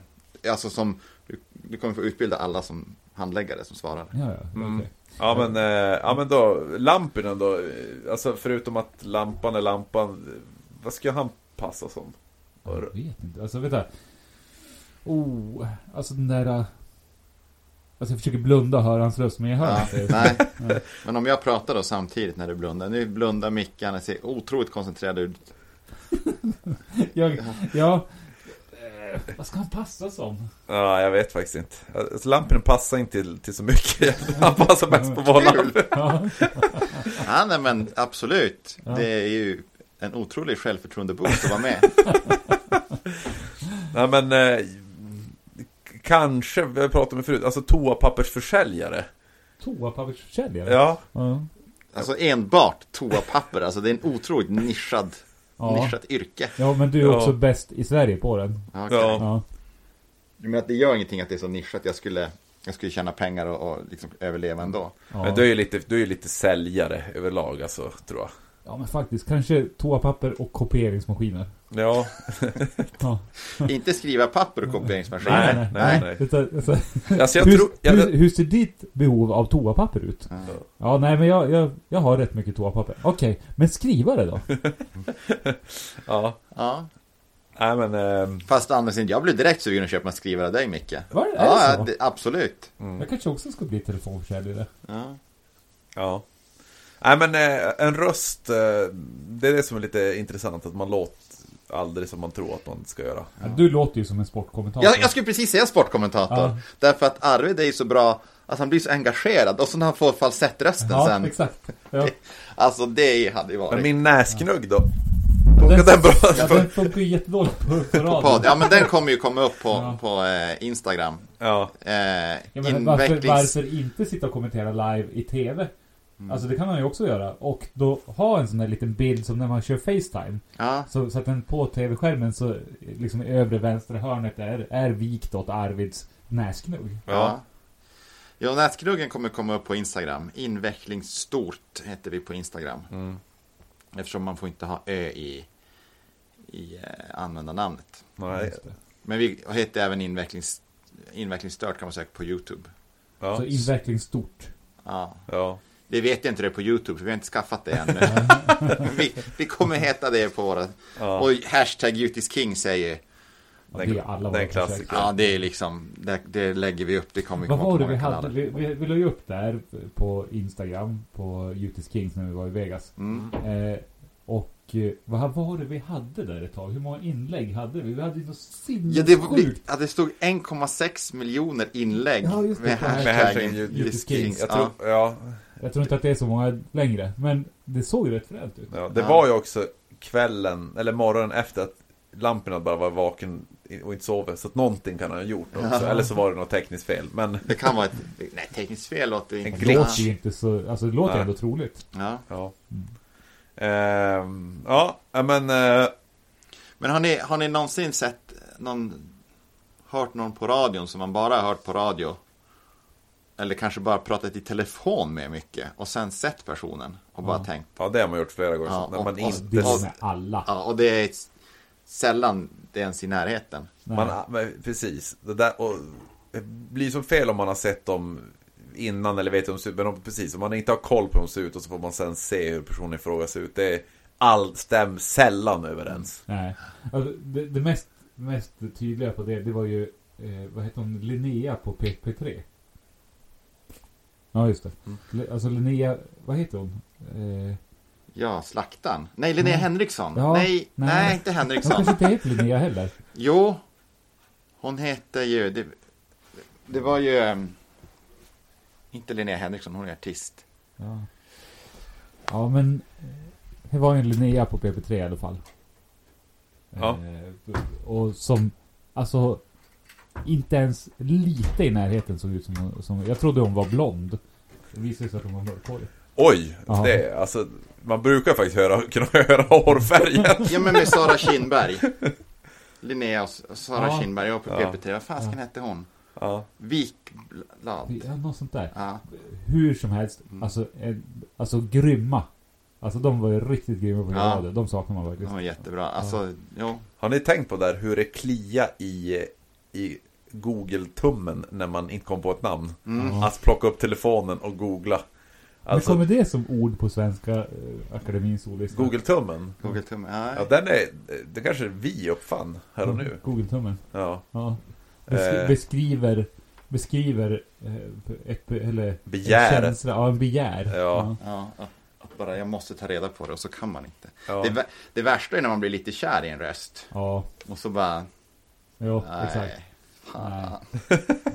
Speaker 3: Alltså som, du, du kommer få utbilda alla som handläggare som svarar.
Speaker 1: Ja, ja.
Speaker 2: Mm.
Speaker 1: okej.
Speaker 2: Ja men, eh, ja men då, Lampinen då. eh, Alltså förutom att lampan är lampan. eh, Vad ska han passa som?
Speaker 1: Jag vet inte. Alltså, vänta. Oh, alltså den där... eh, Alltså jag försöker blunda och höra hans röst, men jag hör
Speaker 3: Ja,
Speaker 1: inte.
Speaker 3: nej. Men om jag pratar då samtidigt när du blundar. Nu blundar mickarna, ser otroligt koncentrerad ut.
Speaker 1: Jag, ja. Eh, Vad ska han passa som?
Speaker 2: Ja, jag vet faktiskt inte. Alltså, Lampinen passar inte till, till så mycket. Han passar mest på Vollan.
Speaker 1: Ja.
Speaker 3: Ja, nej men absolut.
Speaker 1: Ja.
Speaker 3: Det är ju en otrolig självförtroendeboost att vara med.
Speaker 2: Ja men, eh, kanske, vi har pratat om förut, alltså toapappersförsäljare.
Speaker 1: Toapappersförsäljare?
Speaker 2: Ja.
Speaker 1: Ja.
Speaker 3: Alltså enbart toapapper, alltså det är en otroligt nischad,
Speaker 1: Ja.
Speaker 3: nischat yrke.
Speaker 1: ja, men du är också
Speaker 2: Ja.
Speaker 1: bäst i Sverige på den.
Speaker 3: Ja,
Speaker 2: Ja.
Speaker 1: Ja.
Speaker 3: Du menar att det gör ingenting att det är så nischat? Jag skulle, jag skulle tjäna pengar och, och liksom överleva ändå.
Speaker 1: Ja.
Speaker 2: Men du är ju lite, du är ju lite säljare överlag alltså, tror jag.
Speaker 1: ja, men faktiskt. Kanske toapapper och kopieringsmaskiner.
Speaker 2: Ja,
Speaker 1: Ja.
Speaker 3: Inte skriva papper och
Speaker 2: Nej,
Speaker 3: kopieringsmaskiner.
Speaker 1: nej,
Speaker 2: nej,
Speaker 1: nej.
Speaker 2: nej.
Speaker 1: Utan- alltså,
Speaker 2: alltså jag
Speaker 1: hur,
Speaker 2: tror... Jag,
Speaker 1: hur, hur ser ditt behov av toapapper ut? Ja, nej, men jag, jag, jag har rätt mycket toapapper. Okej, men skrivare då?
Speaker 2: ja,
Speaker 3: Ja,
Speaker 2: nej men... ehm,
Speaker 3: fast å andra sidan, jag blev direkt sugen att köpa en skrivare av dig Micke.
Speaker 1: Var det, är
Speaker 3: Ja,
Speaker 1: det så?
Speaker 3: ja, det, absolut.
Speaker 1: Jag kanske också ska bli telefonförsäljare.
Speaker 3: Ja.
Speaker 2: Ja. Nej men eh, en röst, eh, det är det som är lite intressant, att man låter aldrig som man tror att man ska göra.
Speaker 1: Du låter ju som en sportkommentator.
Speaker 3: Jag, jag skulle precis säga sportkommentator.
Speaker 1: Ja.
Speaker 3: Därför att Arvid är ju så bra, att han blir så engagerad. Och så när han får falsettrösten
Speaker 1: Ja,
Speaker 3: sen.
Speaker 1: exakt. Ja.
Speaker 3: Alltså det hade ju varit.
Speaker 2: Men min näsknugg då?
Speaker 1: Den,
Speaker 2: Funkar den bra?
Speaker 1: ja, den funkar ju jättedåligt på, på
Speaker 3: På
Speaker 1: radion.
Speaker 3: podd. Ja men den kommer ju komma upp på,
Speaker 1: Ja.
Speaker 3: på eh, Instagram.
Speaker 2: Ja.
Speaker 3: Eh,
Speaker 1: Ja, men varför, varför inte sitta och kommentera live i TV? Alltså det kan man ju också göra. Och då ha en sån där liten bild som när man kör Facetime.
Speaker 3: Ja.
Speaker 1: Så, så att den på TV-skärmen så liksom i övre vänstra hörnet är, är vikt åt Arvids näsknugg.
Speaker 3: Ja. Ja, nätknuggen kommer komma upp på Instagram. Inveckling stort heter vi på Instagram.
Speaker 1: Mm.
Speaker 3: Eftersom man får inte ha ö i, i eh, användarnamnet.
Speaker 2: Nej.
Speaker 1: Just det.
Speaker 3: Men vi heter även inveckling, invecklingsstört kan man söka på YouTube.
Speaker 2: Ja.
Speaker 1: Så inveckling stort.
Speaker 3: Ja.
Speaker 2: ja.
Speaker 3: Vi vet ju inte det på YouTube, för vi har inte skaffat det än. Men vi, vi kommer heta det på våra...
Speaker 2: Ja.
Speaker 3: Och hashtag Utisking säger
Speaker 1: Ja,
Speaker 2: Den-
Speaker 1: det är alla
Speaker 2: den
Speaker 1: våra
Speaker 2: klassiker.
Speaker 1: försök.
Speaker 3: Ja, det är liksom... Det, det lägger vi upp, det kommer vi
Speaker 1: Vad
Speaker 3: komma
Speaker 1: var
Speaker 3: på
Speaker 1: det vi
Speaker 3: våra
Speaker 1: hade?
Speaker 3: kanaler.
Speaker 1: Vi, vi, vi la ju upp där på Instagram, på Jutis Kings när vi var i Vegas.
Speaker 3: Mm.
Speaker 1: Eh, och eh, vad var det vi hade där ett tag? Hur många inlägg hade vi? Vi hade ju något
Speaker 3: Ja, det, var-
Speaker 1: sinnessjukt.
Speaker 3: ja, det stod 1,6 miljoner inlägg
Speaker 1: Ja, just det.
Speaker 3: med
Speaker 1: Med
Speaker 2: Med hashtaggen
Speaker 3: hashtaggen
Speaker 2: Jutis
Speaker 3: Judiskings.
Speaker 2: Kings. Jag
Speaker 3: Ja.
Speaker 2: tror, ja.
Speaker 1: Jag tror inte att det är så många längre, men det såg ju rätt fränt ut.
Speaker 2: ja. Det
Speaker 3: Ja.
Speaker 2: var ju också kvällen, eller morgonen efter att lamporna bara var vaken och inte sover. Så att någonting kan han ha gjort också. Eller så var det något tekniskt fel. Men,
Speaker 3: Det kan vara ett nej, tekniskt fel. Låter
Speaker 2: En
Speaker 1: Det
Speaker 2: glitch.
Speaker 1: låter ju inte så... Alltså det låter
Speaker 2: Nej.
Speaker 1: ändå troligt.
Speaker 3: Ja.
Speaker 2: ja.
Speaker 3: Mm.
Speaker 2: Ehm, ja, ja, men... eh,
Speaker 3: Men har ni, har ni någonsin sett någon, hört någon på radion som man bara har hört på radio? Eller kanske bara pratat i telefon med mycket och sen sett personen och bara tänkt.
Speaker 2: Ja, det har man gjort flera gånger.
Speaker 3: Ja,
Speaker 2: så när
Speaker 3: och-
Speaker 2: man
Speaker 3: och-
Speaker 1: Det
Speaker 2: inte...
Speaker 1: är med alla.
Speaker 3: Ja, och det är s- sällan det är ens i närheten.
Speaker 1: Nej.
Speaker 2: Man, men precis. Det, där, och, det blir som fel om man har sett dem innan eller vet hur de ser ut. Men om, precis, om man inte har koll på hur de ser ut och så får man sen se hur personen i fråga ser ut. Det är all, stäm sällan överens.
Speaker 1: Nej. Alltså, det, det mest, mest tydliga på det, det var ju, eh, vad hette hon, Linnea på PP3. Ja, just det. Li- Alltså Linnea, vad heter hon? Eh,
Speaker 3: Ja, slaktan. Nej, Linnea Henriksson.
Speaker 1: Mm. Ja,
Speaker 3: nej,
Speaker 1: nej.
Speaker 3: nej, inte
Speaker 1: hon
Speaker 3: Henriksson.
Speaker 1: kanske inte heter Linnea heller.
Speaker 3: Jo, hon heter ju... Det, det var ju... ehm, Inte Linnea Henriksson, hon är artist.
Speaker 1: Ja, ja men eh, det var ju en Linnea på PP3 i alla fall.
Speaker 2: Ja.
Speaker 1: Eh, och som, alltså, inte ens lite i närheten såg ut som, hon- som Jag trodde hon var blond. Det visade sig att hon var mörkhårig.
Speaker 3: Mm.
Speaker 2: Oj!
Speaker 1: Ja.
Speaker 2: Det, alltså, man brukar faktiskt höra, kunna höra hårfärgen.
Speaker 3: Ja men med Sara Kinberg. Linnea och S- och Sara
Speaker 1: Ja.
Speaker 3: Kinberg, jag var på
Speaker 2: Ja.
Speaker 3: PP3, vad fasken hette hon?
Speaker 2: Ja.
Speaker 3: Wikblad.
Speaker 1: Ja, något sånt där.
Speaker 3: Ja.
Speaker 1: Hur som helst, alltså, en, alltså grymma. Alltså de var ju riktigt grymma på
Speaker 3: Ja.
Speaker 1: ja. De saknar man verkligen.
Speaker 3: Hon var jättebra. Alltså, jo.
Speaker 2: Har ni tänkt på där hur det kliar i, i Google-tummen när man inte kom på ett namn?
Speaker 3: Mm.
Speaker 2: Att plocka upp telefonen och googla.
Speaker 1: Men
Speaker 2: Alltså,
Speaker 1: kommer det som ord på Svenska eh, Akademins ordlista?
Speaker 2: Google-tummen.
Speaker 3: Google tumme.
Speaker 2: Ja,
Speaker 3: Ja.
Speaker 2: den är, det kanske vi uppfann här
Speaker 1: Mm.
Speaker 2: och nu.
Speaker 1: Google-tummen.
Speaker 2: Ja.
Speaker 1: Ja. Bes-
Speaker 2: Eh.
Speaker 1: Beskriver, beskriver eh, ett, be- eller
Speaker 2: Begär.
Speaker 1: En känsla, ja, en begär.
Speaker 2: Ja.
Speaker 3: Ja, att- att bara jag måste ta reda på det och så kan man inte.
Speaker 2: Ja.
Speaker 3: Det, vä- det värsta är när man blir lite kär i en röst.
Speaker 1: Ja,
Speaker 3: Och så bara,
Speaker 1: jo,
Speaker 3: nej.
Speaker 1: exakt.
Speaker 3: fan.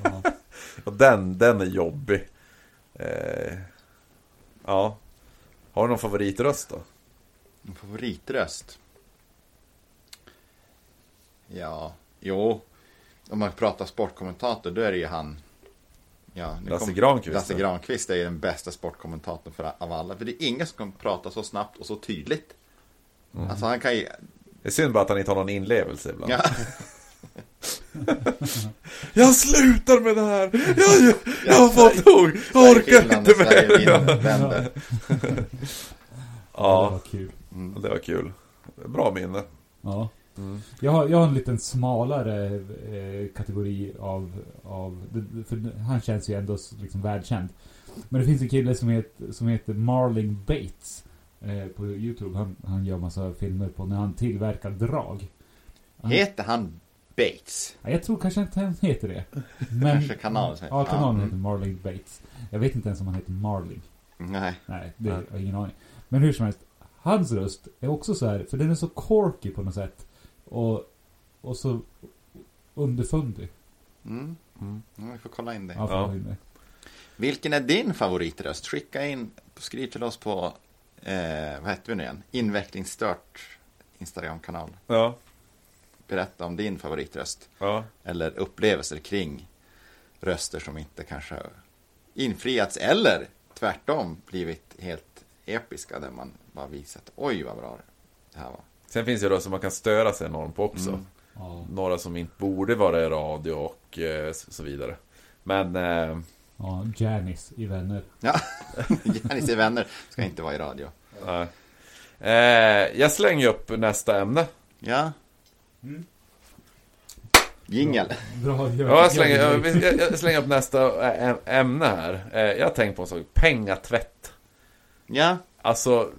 Speaker 1: Ja.
Speaker 2: Och den, den är jobbig. Eh, ja. Har du någon favoritröst då?
Speaker 3: En favoritröst? Ja, jo. Om man pratar sportkommentator, då är det ju han. Ja, nu
Speaker 2: Lasse
Speaker 3: kom-
Speaker 2: Granqvist,
Speaker 3: Lasse
Speaker 2: ja.
Speaker 3: Granqvist är ju den bästa sportkommentatorn för, av alla. För det är ingen som kan prata så snabbt och så tydligt.
Speaker 2: Mm.
Speaker 3: Alltså han kan ju...
Speaker 2: Det är synd bara att han inte har någon inlevelse ibland.
Speaker 3: Ja,
Speaker 2: Jag slutar med det här! Jag, jag, jag har
Speaker 3: Ja,
Speaker 2: fått nog! Jag orkar
Speaker 3: Finland och
Speaker 2: inte
Speaker 3: Sverige
Speaker 2: mer!
Speaker 3: vinner, vänder.
Speaker 1: ja, det
Speaker 2: Ja,
Speaker 1: var kul.
Speaker 3: Mm.
Speaker 2: det var kul. Bra minne.
Speaker 1: Ja.
Speaker 2: Mm.
Speaker 1: Jag, har, jag har en liten smalare eh, kategori av, av... För han känns ju ändå s- liksom världskänd. Men det finns en kille som heter, som heter Marling Bates eh, på Youtube. Han, han gör massa filmer på när han tillverkar drag. Han,
Speaker 3: Heter han Bates?
Speaker 1: Ja, jag tror kanske inte han heter det. Men,
Speaker 3: Kanske kanalen som heter-
Speaker 1: Ja, kanalen
Speaker 3: Ja, Mm.
Speaker 1: heter Marling Bates. Jag vet inte ens om han heter Marling.
Speaker 3: Nej.
Speaker 1: Nej, det har jag ingen aning. Men hur som helst, hans röst är också så här, för den är så corky på något sätt. Och, och så underfundig.
Speaker 3: Mm. Ja, vi får kolla in det.
Speaker 1: Ja,
Speaker 2: Ja.
Speaker 1: ja.
Speaker 3: Vilken är din favoritröst? Skicka in, skriv till oss på, eh, vad heter vi nu igen? Invecklingsstört Instagramkanal.
Speaker 2: Ja,
Speaker 3: Berätta om din favoritröst.
Speaker 2: ja.
Speaker 3: Eller upplevelser kring röster som inte kanske har infriats. Eller tvärtom blivit helt episka där man bara visat, oj vad bra det här var.
Speaker 2: Sen finns det röster man kan störa sig enormt på också.
Speaker 1: Ja,
Speaker 2: Några som inte borde vara i radio och eh, så så vidare. Men, eh,
Speaker 1: ja, Janis i Vänner.
Speaker 3: Ja, Janis i vänner ska inte vara i radio.
Speaker 2: nej. eh, jag slänger upp nästa ämne.
Speaker 3: Ja. Jingel.
Speaker 1: Bra, gör,
Speaker 2: Ja, jag slänger,
Speaker 1: gör-
Speaker 2: jag, jag, jag slänger upp nästa ä- ä- ämne här. Eh, jag har tänkt på en sak. Pengatvätt.
Speaker 3: Ja.
Speaker 2: Alltså,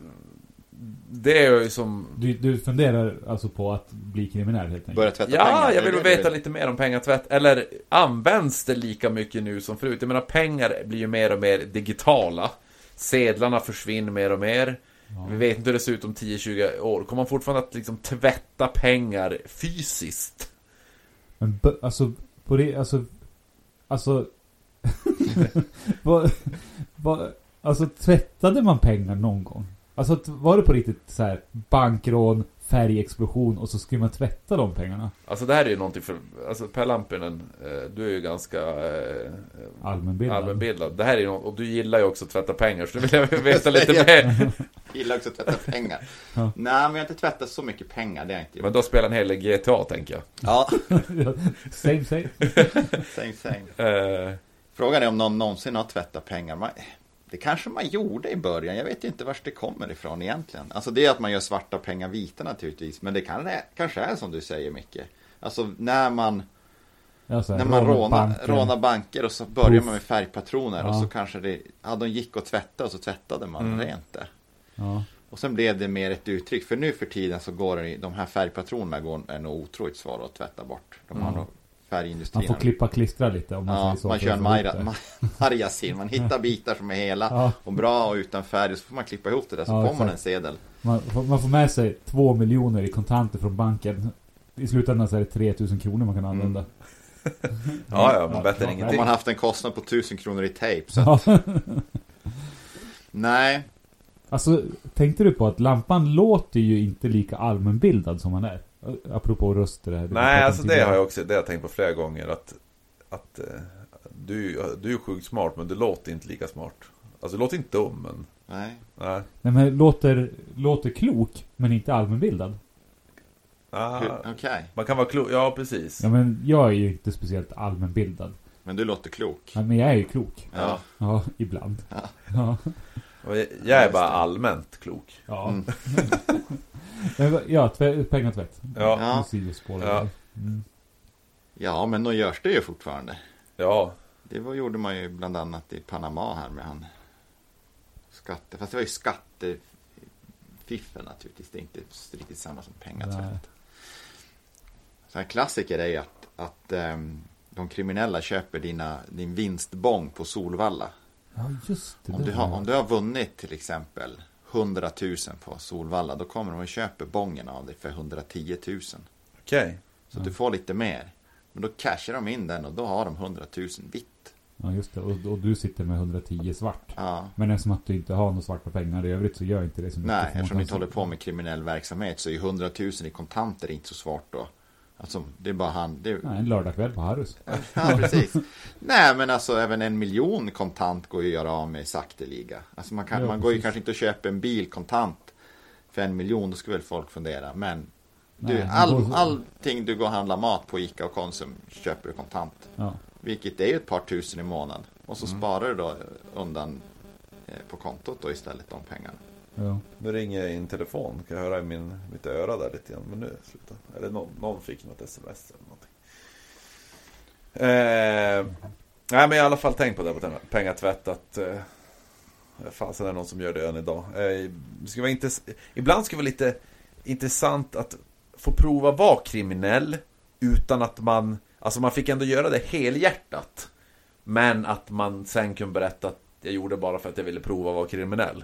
Speaker 2: det är ju som...
Speaker 1: Du, du funderar alltså på att bli kriminell helt enkelt?
Speaker 3: Börja tvätta
Speaker 2: Ja,
Speaker 3: pengar.
Speaker 2: jag
Speaker 3: Det är
Speaker 2: vill
Speaker 3: det du
Speaker 2: veta lite mer om pengatvätt. Eller används det lika mycket nu som förut? Jag menar, pengar blir ju mer och mer digitala. Sedlarna försvinner mer och mer. Vi vet inte hur det ser ut om 10-20 år. Kommer man fortfarande att liksom tvätta pengar fysiskt?
Speaker 1: Men bö- alltså, på det, alltså, alltså, vad, vad, alltså tvättade man pengar någon gång? Alltså t- var det på riktigt så här bankrån, färgexplosion och så skulle man tvätta de pengarna?
Speaker 2: Alltså det här är ju någonting för... Alltså Per Lampinen, eh, du är ju ganska... eh,
Speaker 1: Allmänbildad.
Speaker 2: allmänbildad. Det här är ju något, och du gillar ju också att tvätta pengar, så nu vill jag veta lite mer.
Speaker 3: Gillar också att tvätta pengar.
Speaker 1: Ja.
Speaker 3: Nej, men jag har inte tvättat så mycket pengar. Det har jag inte gjort.
Speaker 2: Men då spelar en hel del GTA, tänker jag.
Speaker 3: Ja,
Speaker 1: same same.
Speaker 3: same, same.
Speaker 2: Eh,
Speaker 3: Frågan är om någon någonsin har tvättat pengar. Man, det kanske man gjorde i början. Jag vet inte vart det kommer ifrån egentligen. Alltså det är att man gör svarta pengar vita naturligtvis. Men det kan, kanske är som du säger Micke. Alltså när man,
Speaker 1: Ja, så här,
Speaker 3: när man
Speaker 1: rånar
Speaker 3: rånar,
Speaker 1: banken.
Speaker 3: rånar banker och så börjar
Speaker 1: Puff.
Speaker 3: man med färgpatroner. Och
Speaker 1: Ja. Mm.
Speaker 3: så kanske det, ja de gick och tvättade och så tvättade man rent det.
Speaker 1: Ja.
Speaker 3: Och sen blev det mer ett uttryck, för nu för tiden så går det, de här färgpatronerna går, är nog otroligt svåra att tvätta bort. De har nog
Speaker 1: Mm. Man
Speaker 3: färgindustrin.
Speaker 1: får klippa och klistra lite om man
Speaker 3: Ja,
Speaker 1: säger så.
Speaker 3: man
Speaker 1: för
Speaker 3: kör
Speaker 1: att
Speaker 3: en
Speaker 1: få ihop
Speaker 3: Maja-
Speaker 1: det.
Speaker 3: Ma- Marjasin, man hittar bitar som är hela
Speaker 1: Ja.
Speaker 3: och bra och utan färg, så får man klippa ihop det där, så
Speaker 1: Ja,
Speaker 3: får man
Speaker 1: exakt.
Speaker 3: en sedel.
Speaker 1: Man, får- man får med sig två miljoner i kontanter från banken. I slutändan så är det 3000 kronor man kan använda.
Speaker 3: Mm.
Speaker 2: ja, ja, men bättre än
Speaker 3: Om
Speaker 2: ingenting.
Speaker 3: man haft en kostnad på 1000 kronor i tejp, så
Speaker 1: Ja.
Speaker 3: nej.
Speaker 1: Alltså, tänkte du på att lampan låter ju inte lika allmänbildad som han är? Apropå röster här.
Speaker 2: Nej, alltså det har jag också det har jag tänkt på flera gånger. Att, att eh, du, du är sjukt smart, men du låter inte lika smart. Alltså du låter inte dum, men...
Speaker 3: Nej.
Speaker 2: Nej.
Speaker 1: Nej men låter, låter klok, men inte allmänbildad.
Speaker 2: Ah,
Speaker 3: Hur- Okej.
Speaker 2: man kan vara klok. Ja, precis.
Speaker 1: Ja men jag är ju inte speciellt allmänbildad.
Speaker 3: Men du låter klok.
Speaker 1: Ja, Men jag är ju klok.
Speaker 3: Ja.
Speaker 1: Ja, ibland.
Speaker 3: Ja.
Speaker 1: Ja.
Speaker 2: Och jag- jag är
Speaker 3: just
Speaker 2: bara
Speaker 3: det.
Speaker 2: allmänt klok.
Speaker 1: Ja,
Speaker 3: Mm.
Speaker 1: Men, ja tvä- pengatvätt.
Speaker 2: Ja.
Speaker 3: Ja.
Speaker 1: Ja. Sidospår.
Speaker 2: Ja.
Speaker 1: Mm.
Speaker 3: ja, men då görs det ju fortfarande.
Speaker 2: Ja.
Speaker 3: Det var, gjorde man ju bland annat i Panama här med han. Skatte, fast det var ju skattefiffel naturligtvis. Det är inte riktigt samma som
Speaker 1: Nej.
Speaker 3: pengatvätt. Så en klassiker är ju att, att ehm, de kriminella köper dina, din vinstbong på Solvalla.
Speaker 1: ja, just det.
Speaker 3: Om du,
Speaker 1: där.
Speaker 3: har, om du har vunnit till exempel 100 000 på Solvalla, då kommer de och köper bongen av dig för 110 000.
Speaker 2: Okej.
Speaker 3: Så att du får lite mer. Men då cashar de in den och då har de 100 000 vitt.
Speaker 1: Ja, just det. Och, och du sitter med 110 svart.
Speaker 3: Ja.
Speaker 1: Men eftersom att du inte har några svarta pengar i övrigt så gör inte det så mycket.
Speaker 3: Nej,
Speaker 1: för man
Speaker 3: eftersom ni
Speaker 1: kan-
Speaker 3: inte håller på med kriminell verksamhet så är ju 100 000 i kontanter inte så svårt då. Alltså, det är bara han. Det,
Speaker 1: Nej, en lördagkväll på Harrys.
Speaker 3: ja, precis. Nej, men alltså även en miljon kontant går ju att göra av med sakteliga. Alltså man, kan,
Speaker 1: Ja,
Speaker 3: man går ju
Speaker 1: precis.
Speaker 3: kanske inte och köper en bil kontant för en miljon, då skulle väl folk fundera. Men du,
Speaker 1: Nej, det
Speaker 3: all,
Speaker 1: går-
Speaker 3: allting du går och handlar mat på Ica och Konsum köper du kontant.
Speaker 1: Ja.
Speaker 3: Vilket är ju ett par tusen i månaden. Och så
Speaker 1: Mm.
Speaker 3: sparar du då undan eh, på kontot då istället de pengarna.
Speaker 1: ja.
Speaker 2: Nu ringer in telefon. Kan jag höra i min, mitt öra där lite grann. Men nu sluta. Eller någon, någon fick något sms eller någonting. Eh, nej men jag har i alla fall tänkt på det här på pengatvätt. Att, eh, fasen är det någon som gör det än idag. Eh, det skulle vara intress- ibland skulle det vara lite intressant att få prova vara kriminell. Utan att man, alltså man fick ändå göra det helhjärtat. Men att man sen kunde berätta att jag gjorde det bara för att jag ville prova att vara kriminell.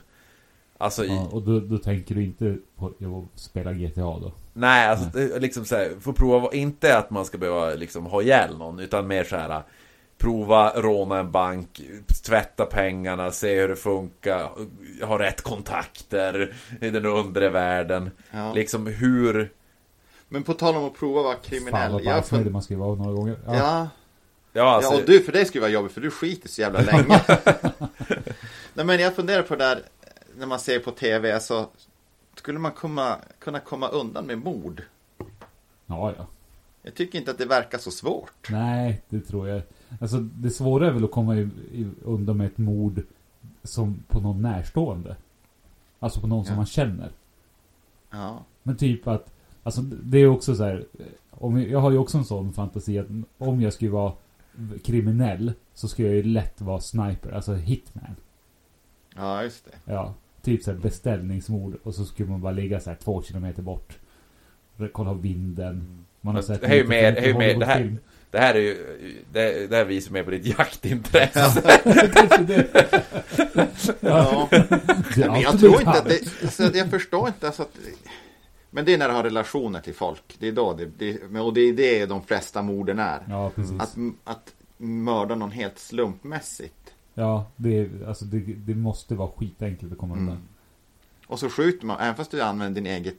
Speaker 2: Alltså i,
Speaker 1: ja. Och då, då tänker du inte på på att spela GTA då?
Speaker 2: Nej, alltså det är liksom så här, få prova, inte att man ska behöva liksom ha ihjäl någon, utan mer så här Prova, råna en bank, tvätta pengarna, se hur det funkar, ha rätt kontakter i den undre världen.
Speaker 3: Ja.
Speaker 2: Liksom hur...
Speaker 3: Men på tal om att prova att vara kriminell.
Speaker 1: Fan vad
Speaker 3: jag
Speaker 1: bajsnödig
Speaker 3: fun-
Speaker 1: man ska ju vara några gånger. Ja.
Speaker 3: ja,
Speaker 2: Ja, alltså,
Speaker 3: ja, och du, för dig skulle vara jobbigt för du skiter så jävla länge. Nej, men jag funderar på det där när man ser på tv, alltså skulle man komma, kunna komma undan med mord?
Speaker 1: ja, ja.
Speaker 3: Jag tycker inte att det verkar så svårt.
Speaker 1: Nej, det tror jag. Alltså det svåra är väl att komma i, i, undan med ett mord som på någon närstående. Alltså på någon som
Speaker 3: Ja.
Speaker 1: man känner.
Speaker 3: Ja,
Speaker 1: Men typ att, alltså det är också så här. eh, Om jag, jag har ju också en sån fantasi att om jag skulle vara kriminell så skulle jag ju lätt vara sniper, alltså hitman.
Speaker 3: ja just det.
Speaker 1: Ja, typ så här beställningsmord och så skulle man bara ligga så här två kilometer bort. Kolla vinden. Man har
Speaker 2: Men
Speaker 1: sett
Speaker 2: det är ju
Speaker 1: mycket-
Speaker 2: mer- det är ju mer- det här-
Speaker 1: Hollywoodfilm.
Speaker 2: det här är ju... Det, det här visar mer på ditt jaktintresse.
Speaker 1: Kanske Typ det.
Speaker 3: Ja.
Speaker 1: Det är
Speaker 3: Men jag
Speaker 1: alltid
Speaker 3: tror inte att
Speaker 1: sant.
Speaker 3: det, alltså, jag förstår inte. Alltså att, men det är när du har relationer till folk. Det är då det, det, men- och det är det de flesta morden är.
Speaker 1: Ja, precis.
Speaker 3: Att, att mörda någon helt slumpmässigt.
Speaker 1: Ja, det, är- alltså det, det måste vara skitenkelt att komma
Speaker 3: Mm.
Speaker 1: undan.
Speaker 3: Och så skjuter man, även fast du använder din eget,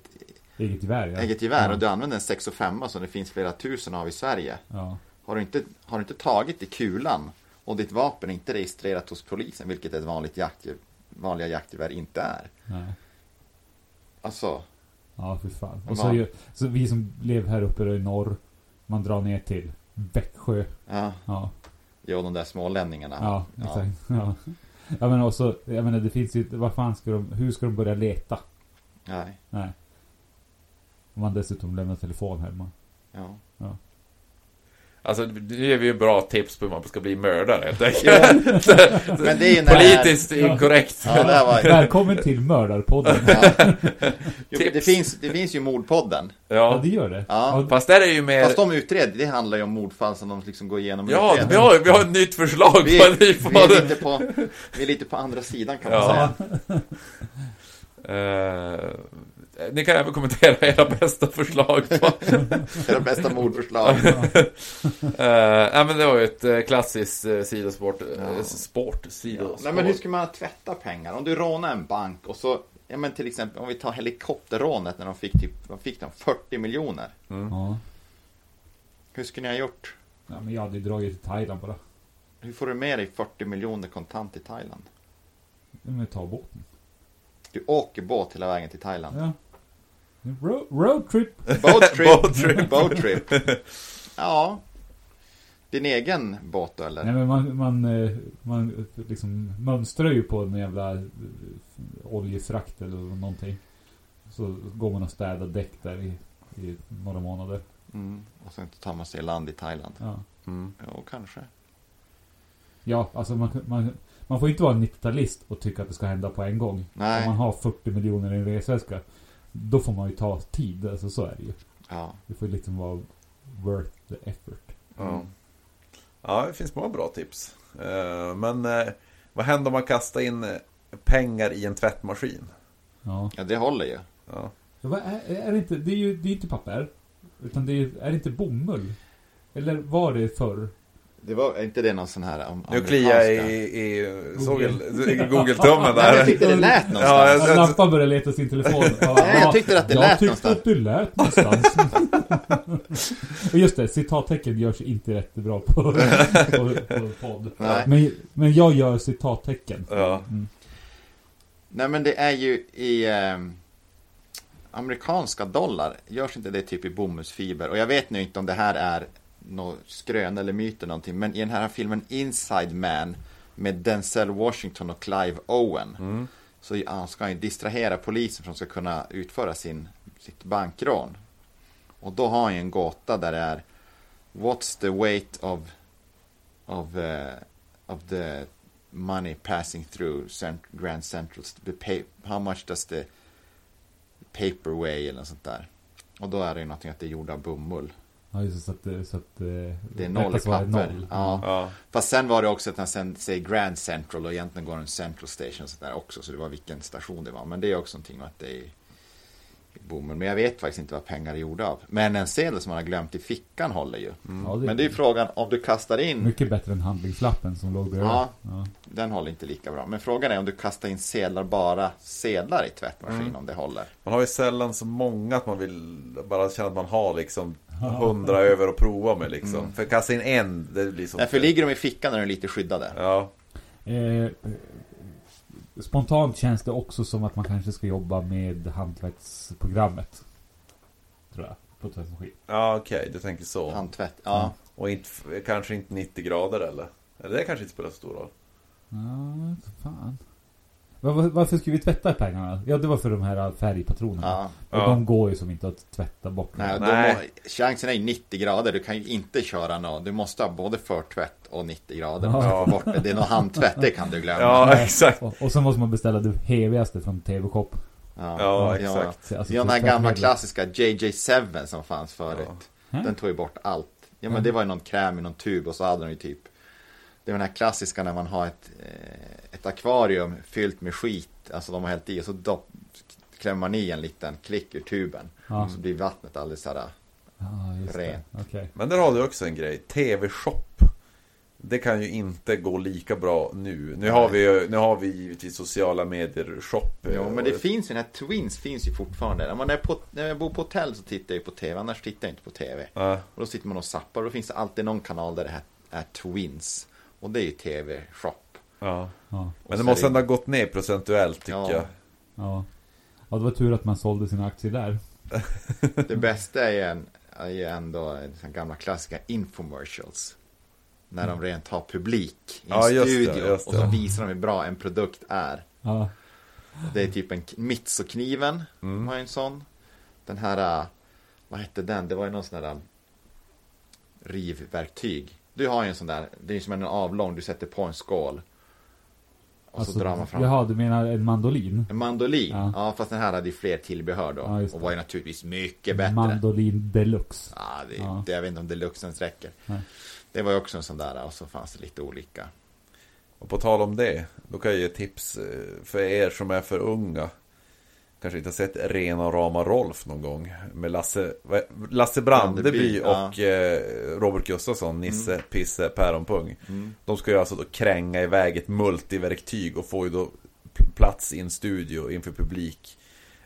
Speaker 1: Eget gevär, ja.
Speaker 3: eget gevär
Speaker 1: ja.
Speaker 3: och du använder en 6,5 som det finns flera tusen av i Sverige.
Speaker 1: Ja.
Speaker 3: Har du inte, har du inte tagit i kulan och ditt vapen är inte registrerat hos polisen, vilket ett vanligt jaktgevär, vanliga jaktgevär inte är.
Speaker 1: Nej.
Speaker 3: Alltså,
Speaker 1: Ja, för fan.
Speaker 3: Men
Speaker 1: Och så,
Speaker 3: vad-
Speaker 1: ju, så vi som blev här uppe i norr, man drar ner till Växjö.
Speaker 3: ja,
Speaker 1: Ja,
Speaker 3: ja de där smålänningarna.
Speaker 1: ja, exakt. Ja. Jag menar också, jag menar det finns ju inte- vad fan ska de, hur ska de börja leta?
Speaker 3: nej,
Speaker 1: Nej. Om man dessutom lämnar telefon hemma.
Speaker 3: ja.
Speaker 2: alltså, nu ger vi ju bra tips på hur man ska bli mördare, helt enkelt.
Speaker 3: Men det är ju när
Speaker 2: Politiskt inkorrekt.
Speaker 3: Ja, det här var,
Speaker 1: Välkommen till Mördarpodden.
Speaker 3: jo, men det,
Speaker 2: Tips.
Speaker 3: finns, det finns ju mordpodden.
Speaker 1: Ja,
Speaker 2: Ja.
Speaker 1: det gör det.
Speaker 3: Ja.
Speaker 2: Fast där är ju mer...
Speaker 3: Fast de utreder, det handlar ju om mordfall som de liksom går igenom och
Speaker 2: Ja,
Speaker 3: utreder.
Speaker 2: vi har, vi har ett nytt förslag
Speaker 3: Vi,
Speaker 2: på en ny
Speaker 3: vi, är
Speaker 2: podd.
Speaker 3: lite på, vi är lite på andra sidan kan man
Speaker 2: Ja.
Speaker 3: säga.
Speaker 2: Eh, ni kan även kommentera era bästa förslag. På.
Speaker 3: Det är det bästa mordförslag.
Speaker 2: Eh, nej, men det var ju ett eh, klassiskt eh, sidosport. eh,
Speaker 3: Ja.
Speaker 2: Sport,
Speaker 3: Ja.
Speaker 2: sidosport.
Speaker 3: Nej men hur ska man tvätta pengar? Om du rånar en bank och så Ja men till exempel om vi tar helikopterrånet när de fick typ, vad fick de? 40 miljoner.
Speaker 2: Mm.
Speaker 1: Ja.
Speaker 3: Hur skulle ni ha gjort?
Speaker 1: ja. Men jag hade ju dragit till Thailand bara.
Speaker 3: Hur får du med dig 40 miljoner kontant i Thailand?
Speaker 1: Men ta båten.
Speaker 3: Du åker båt hela vägen till Thailand.
Speaker 1: Ja. Road, road trip.
Speaker 3: Boat trip.
Speaker 2: Boat
Speaker 3: boat
Speaker 2: trip.
Speaker 3: trip. Ja. Din egen båt då eller?
Speaker 1: Nej men man, man, eh, man liksom mönstrar ju på en jävla eh, oljefrakt eller någonting. Så går man och städar däck där i, i några månader.
Speaker 3: Mm. Och sen tar man sig i land i Thailand.
Speaker 1: Ja,
Speaker 2: Mm.
Speaker 3: Jo, kanske.
Speaker 1: ja alltså man, man, man får inte vara 90-talist och tycka att det ska hända på en gång. Om
Speaker 3: Nej.
Speaker 1: man har 40 miljoner i en resväska. Då får man ju ta tid, alltså så är det ju.
Speaker 3: Ja.
Speaker 1: Det får ju liksom vara worth the effort.
Speaker 2: Ja. Mm. ja, det finns många bra tips. Eh, Men eh, vad händer om man kastar in eh, pengar i en tvättmaskin?
Speaker 1: Ja.
Speaker 3: ja, det håller ju.
Speaker 2: Ja.
Speaker 1: Ja, Vad är, är det inte, det är ju det är inte papper. Utan det är, är det inte bomull? Eller var det förr?
Speaker 3: Det var är inte det någon sån här am-
Speaker 2: Nu kliar jag
Speaker 3: amerikanska-
Speaker 2: i, i
Speaker 1: Google.
Speaker 2: sågel- Google-tummen
Speaker 3: Nej, men jag
Speaker 2: där.
Speaker 3: tyckte det lät någonstans.
Speaker 2: Ja, jag-
Speaker 1: Ja, Lampan började leta i sin telefon. Ja,
Speaker 3: Nej, jag tyckte att det lät
Speaker 1: Jag tyckte
Speaker 3: någonstans.
Speaker 1: att det lät någonstans. Och Just det, citattecken görs inte rätt bra på, på, på podd.
Speaker 3: Nej.
Speaker 1: Men, men jag gör citattecken.
Speaker 2: Ja.
Speaker 3: Nej, men det är ju i ehm, amerikanska dollar. Görs inte det typ i bomullsfiber? Och jag vet nu inte om det här är något skrön eller myt eller någonting. Men i den här filmen Inside Man med Denzel Washington och Clive Owen.
Speaker 2: Mm.
Speaker 3: Så han ska han ju distrahera polisen för att de ska kunna utföra sin, sitt bankrån. Och då har han ju en gåta där det är What's the weight of of uh, of the money passing through cent Grand Central st- the pa- how much does the paper weigh eller något sånt där. Och då är det ju någonting att det är gjorda av bomull.
Speaker 1: Ja, just det, så att, det- så att eh,
Speaker 3: Det Mm. är noll i papper. Ja.
Speaker 2: Ja.
Speaker 3: Fast sen var det också att han sen säger Grand Central och egentligen går den Central Station och sånt där också. Så det var vilken station det var. Men det är också någonting med att det är bomull. Men jag vet faktiskt inte vad pengar är gjorda av. Men en sedel som man har glömt i fickan håller ju.
Speaker 1: Ja, det,
Speaker 3: Mm. Men det är ju frågan om du kastar in
Speaker 1: mycket bättre än handlingslappen som låg bredvid.
Speaker 3: Ja.
Speaker 1: Ja.
Speaker 3: Den håller inte lika bra. Men frågan är om du kastar in sedlar, bara sedlar i tvättmaskinen om det håller.
Speaker 2: Man har ju sällan så många att man vill bara känna att man har liksom hundra över att prova med liksom. För kasta in en, det blir så...
Speaker 3: Därför Mm. ligger de i fickan när de är lite skyddade.
Speaker 2: Ja.
Speaker 1: Eh, spontant känns det också som att man kanske ska jobba med hantverksprogrammet. Tror jag. På tvättmaskin.
Speaker 2: Ja, okej, du tänker så.
Speaker 3: Handtvätt, ja.
Speaker 2: Och inte, kanske inte 90 grader eller? Eller det kanske inte spelar så stor roll.
Speaker 1: Ja, fan. Var, var, varför skulle vi tvätta pengarna? Ja, det var för de här färgpatronerna.
Speaker 3: ja.
Speaker 1: Och
Speaker 2: Ja.
Speaker 1: de går ju som inte att tvätta bort.
Speaker 3: Nej, då
Speaker 2: Nej.
Speaker 3: Må, chansen är ju 90 grader, du kan ju inte köra något. Du måste ha både förtvätt och 90 grader.
Speaker 1: Ja.
Speaker 3: Ja. Bort det. det är någon handtvätt, det kan du glömma.
Speaker 2: Ja,
Speaker 1: Nej.
Speaker 2: exakt.
Speaker 1: Och, och sen måste man beställa det hevigaste från TV-shop.
Speaker 3: Ja,
Speaker 2: Ja, exakt.
Speaker 1: Så, alltså,
Speaker 3: Det är den här
Speaker 1: tvättmedel.
Speaker 3: gamla klassiska JJ7 som fanns förut.
Speaker 1: Ja.
Speaker 3: Den tog ju bort allt. Ja men det var ju någon kräm i någon tub och så hade den ju typ Det var den här klassiska när man har ett, eh, ett akvarium fyllt med skit. Alltså de har hällt i och så dopp, klämmer man i en liten klick ur tuben.
Speaker 1: Ja.
Speaker 3: Så blir vattnet alldeles så här.
Speaker 1: Ja, just det.
Speaker 3: Rent.
Speaker 1: Okej.
Speaker 2: Men där har du också en grej. TV-shop. Det kan ju inte gå lika bra nu. Nu har vi ju nu har vi givetvis sociala medier-shop.
Speaker 3: Jo men det finns ju den här Twins finns ju fortfarande. När, man är på, när jag bor på hotell så tittar jag ju på TV, annars tittar jag inte på TV.
Speaker 2: Ja.
Speaker 3: Och då sitter man och zappar och då finns det alltid någon kanal där det här är Twins. Och det är ju TV-shop.
Speaker 2: Ja.
Speaker 1: Ja.
Speaker 2: Men det
Speaker 3: så
Speaker 2: måste
Speaker 3: är
Speaker 2: ändå ha gått ner procentuellt tycker
Speaker 3: Ja.
Speaker 2: jag.
Speaker 1: Ja. ja, det var tur att man sålde sina aktier där.
Speaker 3: Det bästa är ju, en, är ju ändå den gamla klassiska infomercials. När de rent har publik i en
Speaker 2: Ja, just det,
Speaker 3: studio
Speaker 2: just
Speaker 3: och så
Speaker 2: det.
Speaker 3: visar de hur bra en produkt är.
Speaker 1: Ja.
Speaker 3: Det är typ en k- Mitsu-kniven,
Speaker 1: Mm.
Speaker 3: har ju en sån. Den här, äh, vad hette den? Det var ju någon sån där äh, rivverktyg. Du har ju en sån där, det är ju som en avlång, du sätter på en skål. Och så drar man fram.
Speaker 1: alltså, Jaha, du menar en mandolin?
Speaker 3: En mandolin,
Speaker 1: Ja.
Speaker 3: ja. fast den här hade ju fler tillbehör då.
Speaker 1: Ja, just
Speaker 3: och
Speaker 1: det.
Speaker 3: var ju naturligtvis mycket bättre.
Speaker 1: Mandolin deluxe.
Speaker 3: Ja, det,
Speaker 1: Ja.
Speaker 3: Det, jag vet inte om deluxen räcker.
Speaker 1: Nej.
Speaker 3: Det var ju också en sån där och så fanns det lite olika.
Speaker 2: Och på tal om det, då kan jag ge tips eh, för er som är för unga. Kanske inte har sett Rena rama Rolf någon gång. Med Lasse, vad- Lasse Brandeby
Speaker 3: Brandeby, ja. Mm.
Speaker 2: och eh, Robert Gustafsson, Nisse, Pisse, Päronpung. De ska ju alltså då kränga iväg ett multiverktyg och får ju då p- plats i en studio inför publik.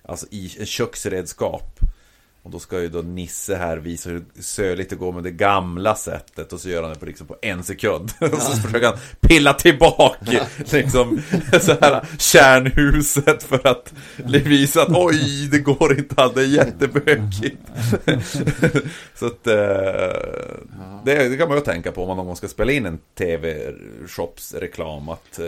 Speaker 2: Alltså i en köksredskap. Och då ska ju då Nisse här visa hur söligt det går med det gamla sättet och så gör han det på, liksom, på en sekund. Och så försöker han pilla tillbaka liksom, så här, kärnhuset för att visa att oj, det går inte, det är jättebökigt. så att eh, det, det kan man ju tänka på om man någon gång ska spela in en TV-shops-reklam. att eh,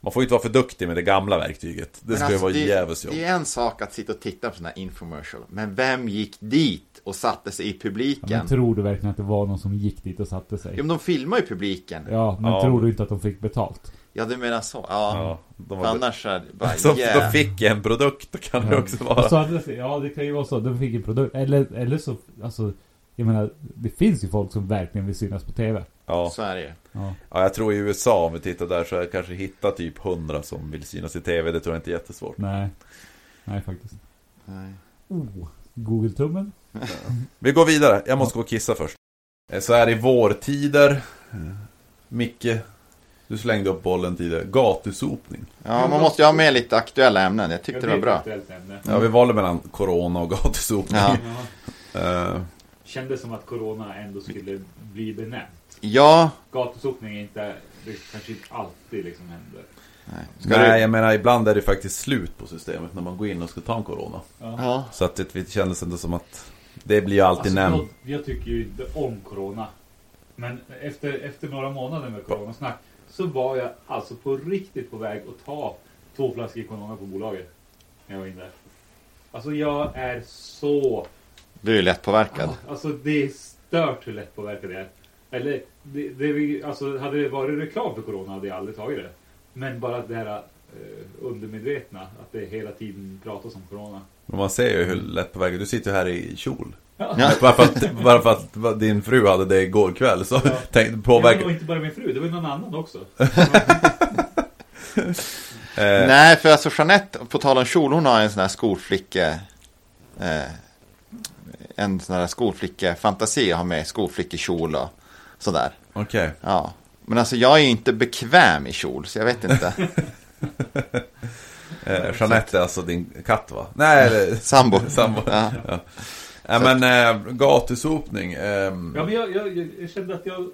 Speaker 2: man får ju inte vara för duktig med det gamla verktyget. Det
Speaker 3: Men
Speaker 2: ska ju
Speaker 3: alltså,
Speaker 2: vara
Speaker 3: det-
Speaker 2: djävulskt jobb.
Speaker 3: Det är en sak att sitta och titta på sådana här infomercial. Men vem gick dit och satte sig i
Speaker 1: Ja, men
Speaker 3: publiken?
Speaker 1: tror du verkligen att det var någon som gick dit och satte
Speaker 3: Jo,
Speaker 1: sig?
Speaker 3: men de filmar ju publiken.
Speaker 1: Ja, men
Speaker 2: Ja.
Speaker 1: tror du inte att de fick betalt?
Speaker 3: Ja, du menar så. Ja.
Speaker 2: Ja, de
Speaker 3: För
Speaker 2: var
Speaker 3: annars är det bara,
Speaker 2: Som
Speaker 3: yeah.
Speaker 2: då fick jag en produkt, då kan det också
Speaker 1: Och så
Speaker 2: vara...
Speaker 1: hade det, ja, det kan ju vara så. De fick en produkt. Eller, eller så, alltså, jag menar, det finns ju folk som verkligen vill synas på TV.
Speaker 2: Ja.
Speaker 3: Så är det ju.
Speaker 1: Ja.
Speaker 2: ja, jag tror i USA, om vi tittar där, så är det kanske hitta typ 100 som vill synas i TV. Det tror jag inte är jättesvårt.
Speaker 1: Nej. Nej, faktiskt.
Speaker 3: Nej.
Speaker 1: Oh, Google-tummen.
Speaker 2: Vi går vidare, jag måste gå och kissa först. Eh, Så här i vårtider, Eh, Micke, du slängde upp bollen tidigare. Gatusopning.
Speaker 3: Ja, man måste ju ha med lite aktuella ämnen. Jag tyckte det var bra.
Speaker 2: Ja, vi valde mellan corona och gatusopning.
Speaker 3: Ja.
Speaker 2: Eh,
Speaker 1: Kändes som att corona ändå skulle bli benämnt.
Speaker 3: Ja,
Speaker 1: Gatusopning är inte, det kanske inte alltid liksom händer.
Speaker 3: nej. Ska
Speaker 2: nej,
Speaker 3: du...
Speaker 2: jag menar ibland är det faktiskt slut på systemet när man går in och ska ta en corona.
Speaker 3: Ja.
Speaker 2: Så att det, det kändes ändå som att det blir ju alltid
Speaker 1: Alltså,
Speaker 2: nämnt.
Speaker 1: jag, jag tycker ju inte om corona. Men efter, efter några månader med coronasnack så var jag alltså på riktigt på väg att ta två flaskor corona på bolaget. När jag var inne där. Alltså jag är så...
Speaker 3: Du är lättpåverkad.
Speaker 1: Alltså det är stört hur lättpåverkad jag är. Eller, det, det, är ju- alltså, hade det varit reklam för corona hade jag aldrig tagit det. Men bara det här eh, undermedvetna, att det hela tiden pratas om corona.
Speaker 2: Men man ser ju hur lätt på vägen. Du sitter ju här i kjol.
Speaker 3: Ja.
Speaker 2: Bara för att, bara för att din fru hade det igår kväll så
Speaker 1: Ja.
Speaker 2: tänk,
Speaker 1: Ja, men
Speaker 2: påverkar...
Speaker 1: Och inte bara min fru, det var ju någon annan också.
Speaker 2: Eh,
Speaker 3: Nej, för alltså Jeanette, på tal om kjol, hon har en sån här skolflicka... Eh, en sån här skolflicka-fantasi att ha med skolflickekjol och sådär.
Speaker 2: Okej.
Speaker 3: Ja. Men alltså jag är ju inte bekväm i kjol, så jag vet inte.
Speaker 2: Eh, Jeanette är alltså din katt va? Nej, eller...
Speaker 3: Sambo.
Speaker 2: Sambo.
Speaker 3: Ja.
Speaker 2: Ja. Nej, men eh, gatusopning. ehm,
Speaker 1: Ja, men jag, jag, jag kände att jag,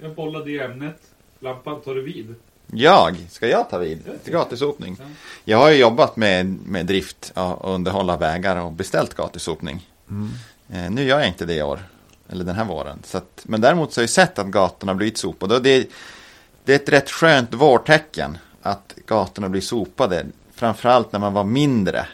Speaker 1: jag bollade i ämnet. Lampan tar vid.
Speaker 3: Jag? Ska jag ta vid? Till gatusopning? Jag har ju jobbat med, med drift ja, och underhålla vägar och beställt gatusopning. Eh, nu gör jag inte det i år, eller den här våren. Så att, men däremot så har jag sett att gatorna blivit sopade. Och det, det är ett rätt skönt vårtecken att gatorna blir sopade. Framförallt när man var mindre.